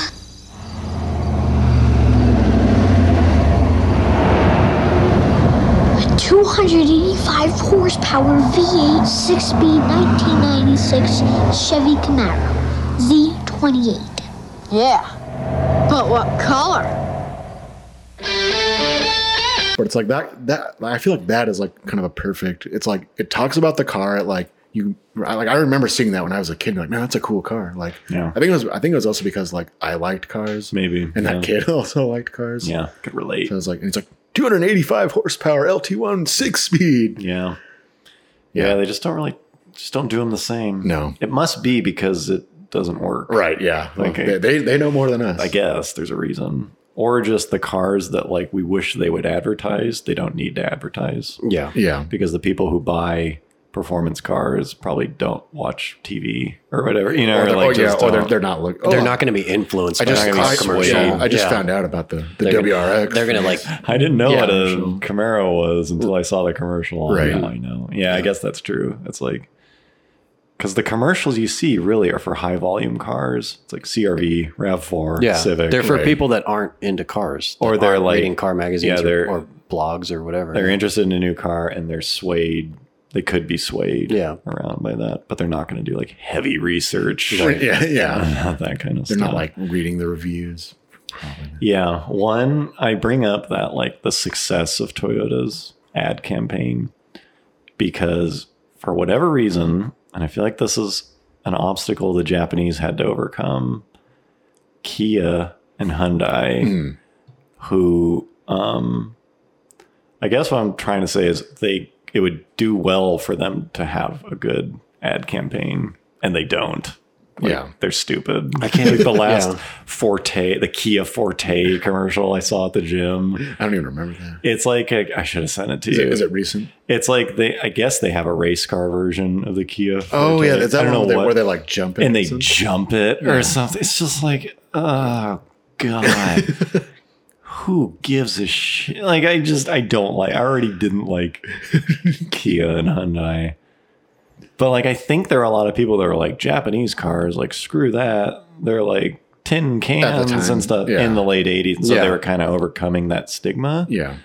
J: A 285 horsepower V8 6 speed 1996 Chevy Camaro Z28.
K: Yeah. But what color?
C: But it's like that, that, I feel like that is like kind of a perfect, it's like, it talks about the car at like, you I- like I remember seeing that when I was a kid. Like, man, that's a cool car. Like,
A: Yeah.
C: I think it was. I think it was also because like I liked cars,
A: Maybe.
C: and
A: yeah.
C: that kid also liked cars.
A: Yeah. Could relate.
C: So it's like, and it's like 285 horsepower LT1 six speed.
A: Yeah.
C: Yeah.
A: yeah. they just don't really just don't do them the same.
C: No.
A: It must be because it doesn't work.
C: Right. Yeah. Well,
A: Okay.
C: they, they, they know more than us.
A: I guess there's a reason. Or just the cars that like we wish they would advertise, they don't need to advertise
E: yeah,
C: Yeah.
A: because the people who buy performance cars probably don't watch TV or whatever, you know, or,
C: Or, they're,
A: like
C: oh, yeah,
A: just
C: or they're,
A: don't.
C: they're not looking.
A: Oh.
E: they're not going to be influenced.
C: I just,
E: by
A: gonna be
C: I,
E: that commercial.
C: yeah, I just
E: Yeah.
C: found out about the, the
E: They're gonna-
C: WRX.
E: They're going to like
A: I didn't know
E: Yeah.
A: what a Camaro was until I saw the commercial. on
C: Right.
A: Now I know. Yeah, I guess that's true. It's like because the commercials you see really are for high volume cars. It's like CRV, Rav4,
E: yeah,
A: Civic.
E: they're for
C: right.
E: people that aren't into cars
A: Or
E: that
A: they're,
E: aren't
A: like-
E: reading car magazines
A: yeah, they're-
E: or, or blogs or whatever.
A: they're interested in a new car and they're swayed. They could be swayed
E: Yeah.
A: around by that, but they're not going to do like heavy research.
C: yeah, yeah.
A: Not that kind of
C: They're
A: stuff.
C: not like reading the reviews.
A: Yeah. One, I bring up that like the success of Toyota's ad campaign because for whatever reason, and I feel like this is an obstacle the Japanese had to overcome, Kia and Hyundai, who um I guess what I'm trying to say is they it would do well for them to have a good ad campaign and they don't.
C: yeah.
A: They're stupid. I
E: can't-
A: the last
E: yeah.
A: Forte, the Kia Forte commercial I saw at the gym.
C: I don't even remember that.
A: It's like a, I should have sent it to
C: Is
A: you.
C: it, is it recent?
A: It's like they, I guess they have a race car version of the Kia. Forte.
C: Oh, yeah. Is
A: I
C: that
A: don't know
C: one where,
A: what,
C: they, where they like jump it
A: and
C: or
A: they
C: something?
A: jump it or something. It's just like, oh god, who gives a shit? Like I just, I don't like. I already didn't like Kia and Hyundai. But like I think there are a lot of people that are like Japanese cars, like screw that. They're like tin cans
C: time,
A: and stuff
C: yeah.
A: in the late 80s. And so
E: Yeah.
A: they were kind of overcoming that stigma.
C: Yeah.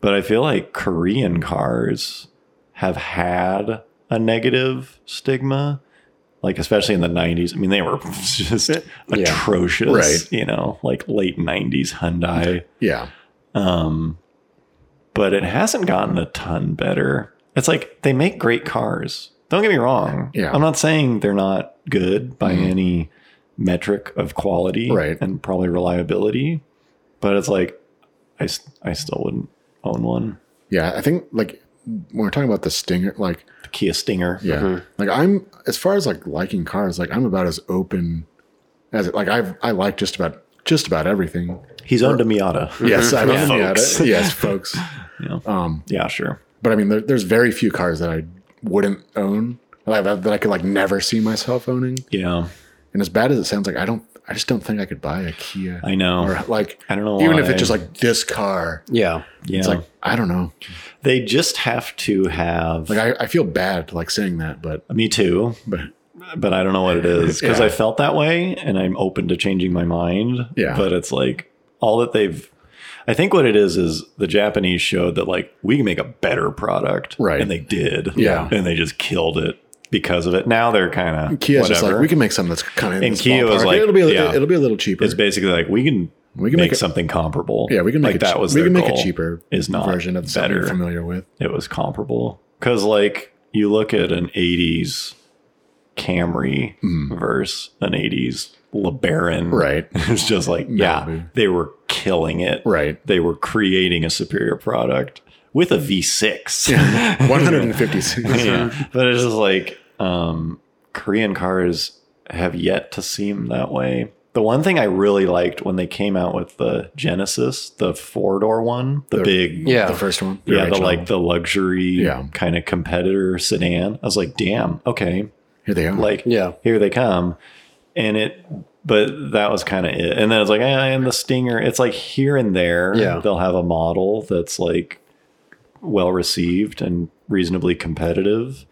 A: But I feel like Korean cars have had a negative stigma, like especially in the 90s. I mean, they were just atrocious,
C: Right.
A: you know, like late 90s Hyundai.
C: Yeah.
A: Um, but it hasn't gotten a ton better. It's like they make great cars. Don't get me wrong.
C: Yeah. Mm-hmm.
A: I'm not saying they're not good by any metric of quality
C: Right.
A: and probably reliability, but it's like I, s- I still wouldn't own one.
C: Yeah. I think like when we're talking about the Stinger, like
A: The Kia Stinger.
C: Yeah. Like I'm as far as like liking cars, like I'm about as open as like I've I like just about just about everything.
A: He's owned a Miata.
C: Yes, I
A: Yeah.
C: love Miata.
A: Folks.
C: Yes, folks.
A: Yeah.
C: Um,
A: Yeah, sure.
C: but I mean, there, there's very few cars that I wouldn't own like, that, that I could like never see myself owning.
A: Yeah.
C: And as bad as it sounds, like I don't, I just don't think I could buy a Kia.
A: I know.
C: Or like,
A: I don't know
C: Even if
A: why.
C: it's just like this car,
E: yeah,
A: Yeah.
C: it's like I don't know.
A: they just have to have
C: Like I, I feel bad like saying that, but
A: me too,
C: but
A: but I don't know what it is because
C: Yeah.
A: I felt that way and I'm open to changing my mind.
C: Yeah.
A: But it's like all that they've I think what it is is the Japanese showed that like we can make a better product.
C: Right.
A: And they did.
C: Yeah.
A: And they just killed it because of it. Now they're kind of
C: Kia's just like we can make something that's kind of
A: And Kia was like,
C: it'll be a,
A: yeah.
C: it'll be a little cheaper.
A: it's basically like we can
C: We can
A: make,
C: make a-
A: something comparable.
C: Yeah, we can make
A: like
C: a,
A: that
C: chea-
A: was
C: we
A: their
C: can make
A: goal,
C: a cheaper
A: is not
C: version of something
A: better.
C: you're familiar with.
A: it was comparable because like you look at an 80s Camry
C: Mm.
A: versus an 80s LeBaron. Right. It's just like, yeah, they were killing it. Right. They were creating a superior product with a V6.
C: 156.
A: Yeah. But it's just like um, Korean cars have yet to seem that way. The one thing I really liked when they came out with the Genesis, the four door one, the,
C: The-
A: big,
C: yeah. the first one, the
A: yeah, the
C: original.
A: like the luxury
C: Yeah.
A: kind of competitor sedan. I was like, damn, okay,
C: here they are.
A: Like, yeah, here they come, and it. But that was kind of it. And then it's like, eh, and the Stinger. It's like here and there,
E: Yeah.
A: they'll have a model that's like well received and reasonably competitive,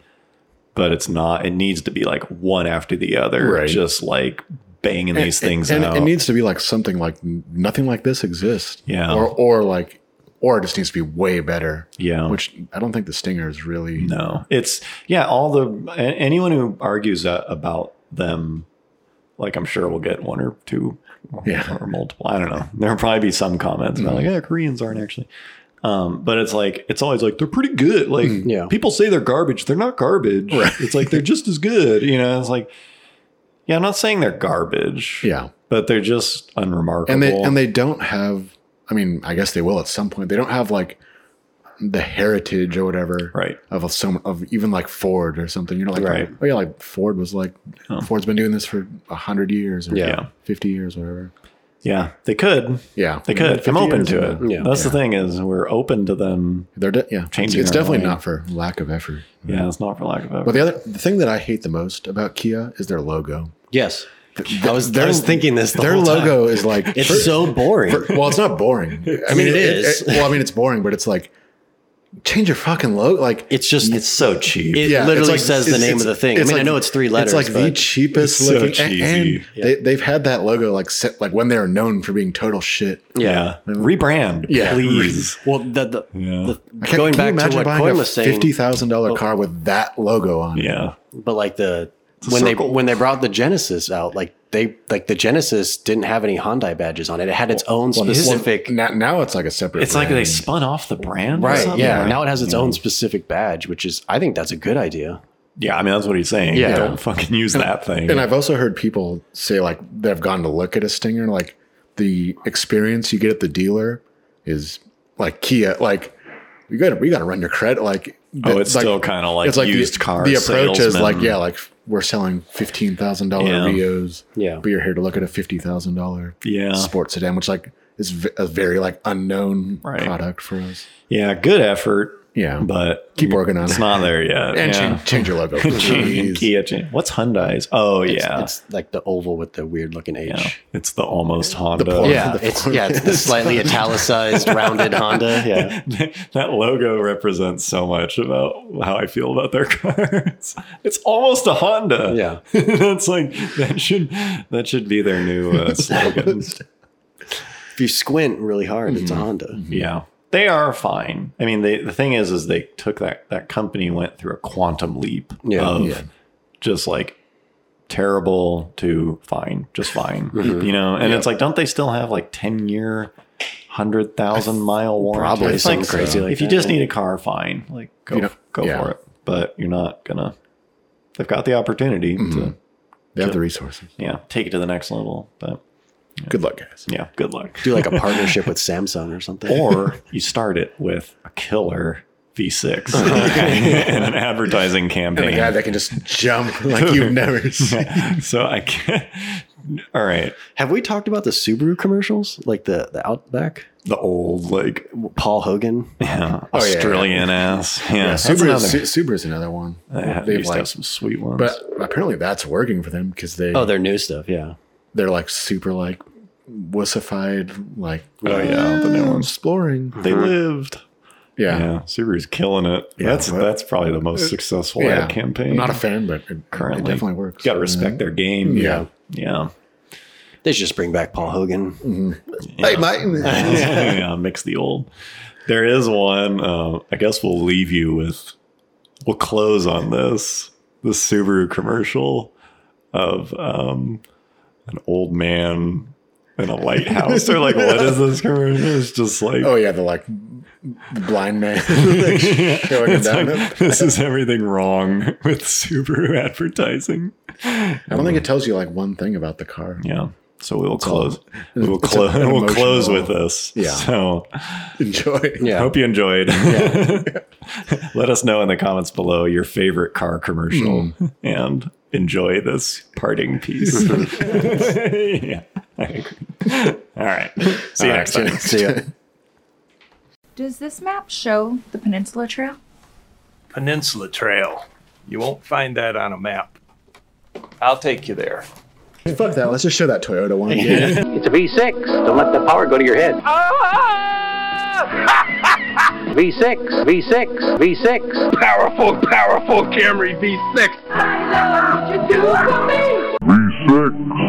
A: but it's not. It needs to be like one after the other,
C: Right.
A: just like banging these things
C: and,
A: out.
C: it needs to be like something like nothing like this exists.
A: Yeah.
C: Or or like or it just needs to be way better.
A: Yeah.
C: Which I don't think the Stinger is really
A: Oh. No, it's yeah. All the a- anyone who argues a- about them, like I'm sure we'll get one or two, yeah. or multiple. I don't know. There'll probably be some comments about
C: Mm-hmm.
A: like, yeah, Koreans aren't actually. Um, but it's like it's always like they're pretty good. Like
C: Mm,
E: Yeah.
A: people say they're garbage. They're not garbage. It's like they're just as good. You know. It's like yeah, I'm not saying they're garbage.
C: Yeah.
A: But they're just unremarkable.
C: And they and they don't have I mean, I guess they will at some point. They don't have like the heritage or whatever
A: right.
C: of a, some of even like Ford or something. You're not like
A: Right.
C: oh yeah, like Ford was like Ford's been doing this for hundred years or
A: Yeah.
C: fifty years, whatever.
A: Yeah, they could.
C: Yeah,
A: they could.
C: 50
A: I'm open
C: years
A: to
C: and
A: it.
C: then- Yeah.
A: That's the
C: Yeah.
A: thing is we're open to them.
C: They're de- yeah. It's,
A: changing.
C: it's
A: their
C: definitely
A: mind.
C: not for lack of effort.
A: Yeah, it's not for lack of effort.
C: But the other the thing that I hate the most about Kia is their logo.
E: Yes.
C: Th-
E: I was, I
C: their-
E: was thinking this. The
C: their
E: whole time.
C: logo is like
E: It's
C: for-
E: so boring.
C: for- well, it's not boring. I
E: I
C: mean,
E: mean, it is.
C: well, I mean, it's boring, but it's like change your fucking logo. Like
E: it's just
A: it's so cheap.
E: It literally says the name of the thing. I mean, I know it's three letters.
C: It's like the
E: but-
C: cheapest
A: It's so
C: looking. a-
A: cheesy.
C: and they, they've had that logo like set, like when they're known for being total shit.
A: Yeah. Rebrand,
C: Yeah.
A: please.
E: Well, the, the,
A: yeah.
C: I can't-
E: going
C: can you
E: back to
C: imagine
E: what
C: buying
E: Coin
C: a
E: was saying, oh.
C: fifty thousand dollar car with that logo on. it?
A: Yeah.
E: but like the
C: a
E: when they
C: circle.
E: when they brought the Genesis out, like they like the Genesis didn't have any Hyundai badges on it. It had its own
C: Well, this one-
E: specific.
C: now, now it's like a separate.
A: It's like they
C: brand.
A: spun off the brand. or
E: Right,
A: something,
E: yeah. Now it has its
A: Yeah.
E: own specific badge, which is I think that's a good idea.
A: Yeah, I mean that's what he's saying.
E: Yeah.
A: Don't fucking use that thing.
C: And I've also heard people say like they've gone to look at a stinger, like the experience you get at the dealer is like Kia, like you got to we got to run your credit. Like
A: Oh,
C: that-
A: it's still kinda like used
C: the,
A: car
C: The approach is
A: salesman.
C: like yeah, like we're selling fifteen thousand
A: Yeah.
C: dollar Rios,
E: Yeah.
C: but you're here to look at a fifty thousand dollar
A: Yeah.
C: sports sedan, which like is v- a very like unknown
A: Right.
C: product for us.
A: yeah, good effort.
C: Yeah.
A: But
C: Keep working on
A: it's
C: it.
A: not there yet.
C: And
A: yeah.
C: change, change your logo.
A: Change- Kia change. What's Hyundai's? Oh
E: It's,
A: yeah. It's,
E: it's like the oval with the weird looking H.
A: the almost Honda.
E: Yeah, it's yeah, it's the slightly italicized, rounded Honda. Yeah,
A: that logo represents so much about how I feel about their cars. It's almost a Honda.
E: yeah.
A: That's like that should that should be their new uh, slogan.
E: If you squint really hard, it's a Honda.
A: yeah. They are fine. I mean, they, the thing is, is they took that that company went through a quantum leap
E: Yeah.
A: of
C: Yeah.
A: just like terrible to fine, just fine,
E: Mhm.
A: you know. And
C: Yeah.
A: it's like, don't they still have like ten year, hundred thousand mile warranty?
E: probably
A: It's
E: something crazy like
A: if you
E: that,
A: just
E: yeah.
A: need a car, fine, like go
C: You know,
A: go
C: yeah.
A: for it. But you're not gonna. They've got the opportunity to
E: Mm-hmm.
C: They have the resources.
A: yeah take it to the next level, but
C: Good luck, guys.
A: yeah, good luck.
E: Do like a partnership with Samsung or something.
A: or you start it with a killer V6 and an advertising
C: And a
A: campaign.
C: guy that can just jump like you've never seen. Uh,
A: so I can't. All right,
E: Have we talked about the Subaru commercials, like the the Outback?
A: the old like
E: Paul Hogan.
A: yeah,
C: Oh, yeah,
A: Australian ass. Yeah,
C: Yeah,
A: that's
C: Subaru.
A: another-
C: Su- Subaru's another one.
A: They have,
C: They've
A: used to
C: like,
A: have some sweet ones.
C: but apparently that's working for them because they
E: Oh, their new stuff. Yeah,
C: they're like super like wussified like
A: Oh, yeah, the new
C: "Ah,
A: ones."
C: exploring.
A: they lived.
C: Mhm. Yeah,
A: Yeah. Subaru's killing it.
C: Yeah,
A: that's
C: but-
A: that's probably the most successful
C: yeah.
A: ad campaign.
C: I'm not a fan, but it,
A: currently.
C: it definitely works.
A: You gotta respect their game.
C: Yeah.
A: yeah.
E: they should just bring back Paul Hogan.
C: Hey, mate.
A: yeah, mix the old. There is one. Uh, I guess we'll leave you with. We'll close on this the Subaru commercial of um, an old man in a lighthouse. They're like, "What is this commercial?" It's just like,
C: oh yeah, the like the blind man. like, showing him
A: It's
C: down
A: like,
C: it.
A: this is everything wrong with Subaru advertising.
C: I don't think it tells you like one thing about the car.
A: Yeah. So we will
C: It's
A: close.
C: all-
A: We will
C: it's a-
A: close.
C: an
A: We'll close with
C: emotional-
A: this.
C: Yeah.
A: So
C: Enjoy.
A: Hope you enjoyed. Let us know in the comments below your favorite car commercial
C: Hmm.
A: and enjoy this parting piece. yeah, I agree. All right. See you
C: All right,
A: next time.
C: see ya.
L: Does this map show the Peninsula Trail?
M: Peninsula Trail. You won't find that on a map. I'll take you there.
C: Fuck that. Let's just show that Toyota one.
F: It's a V6. Don't let the power go to your head. V6, V6, V6.
H: Powerful, powerful Camry V6. I know what you do for me.
I: V6.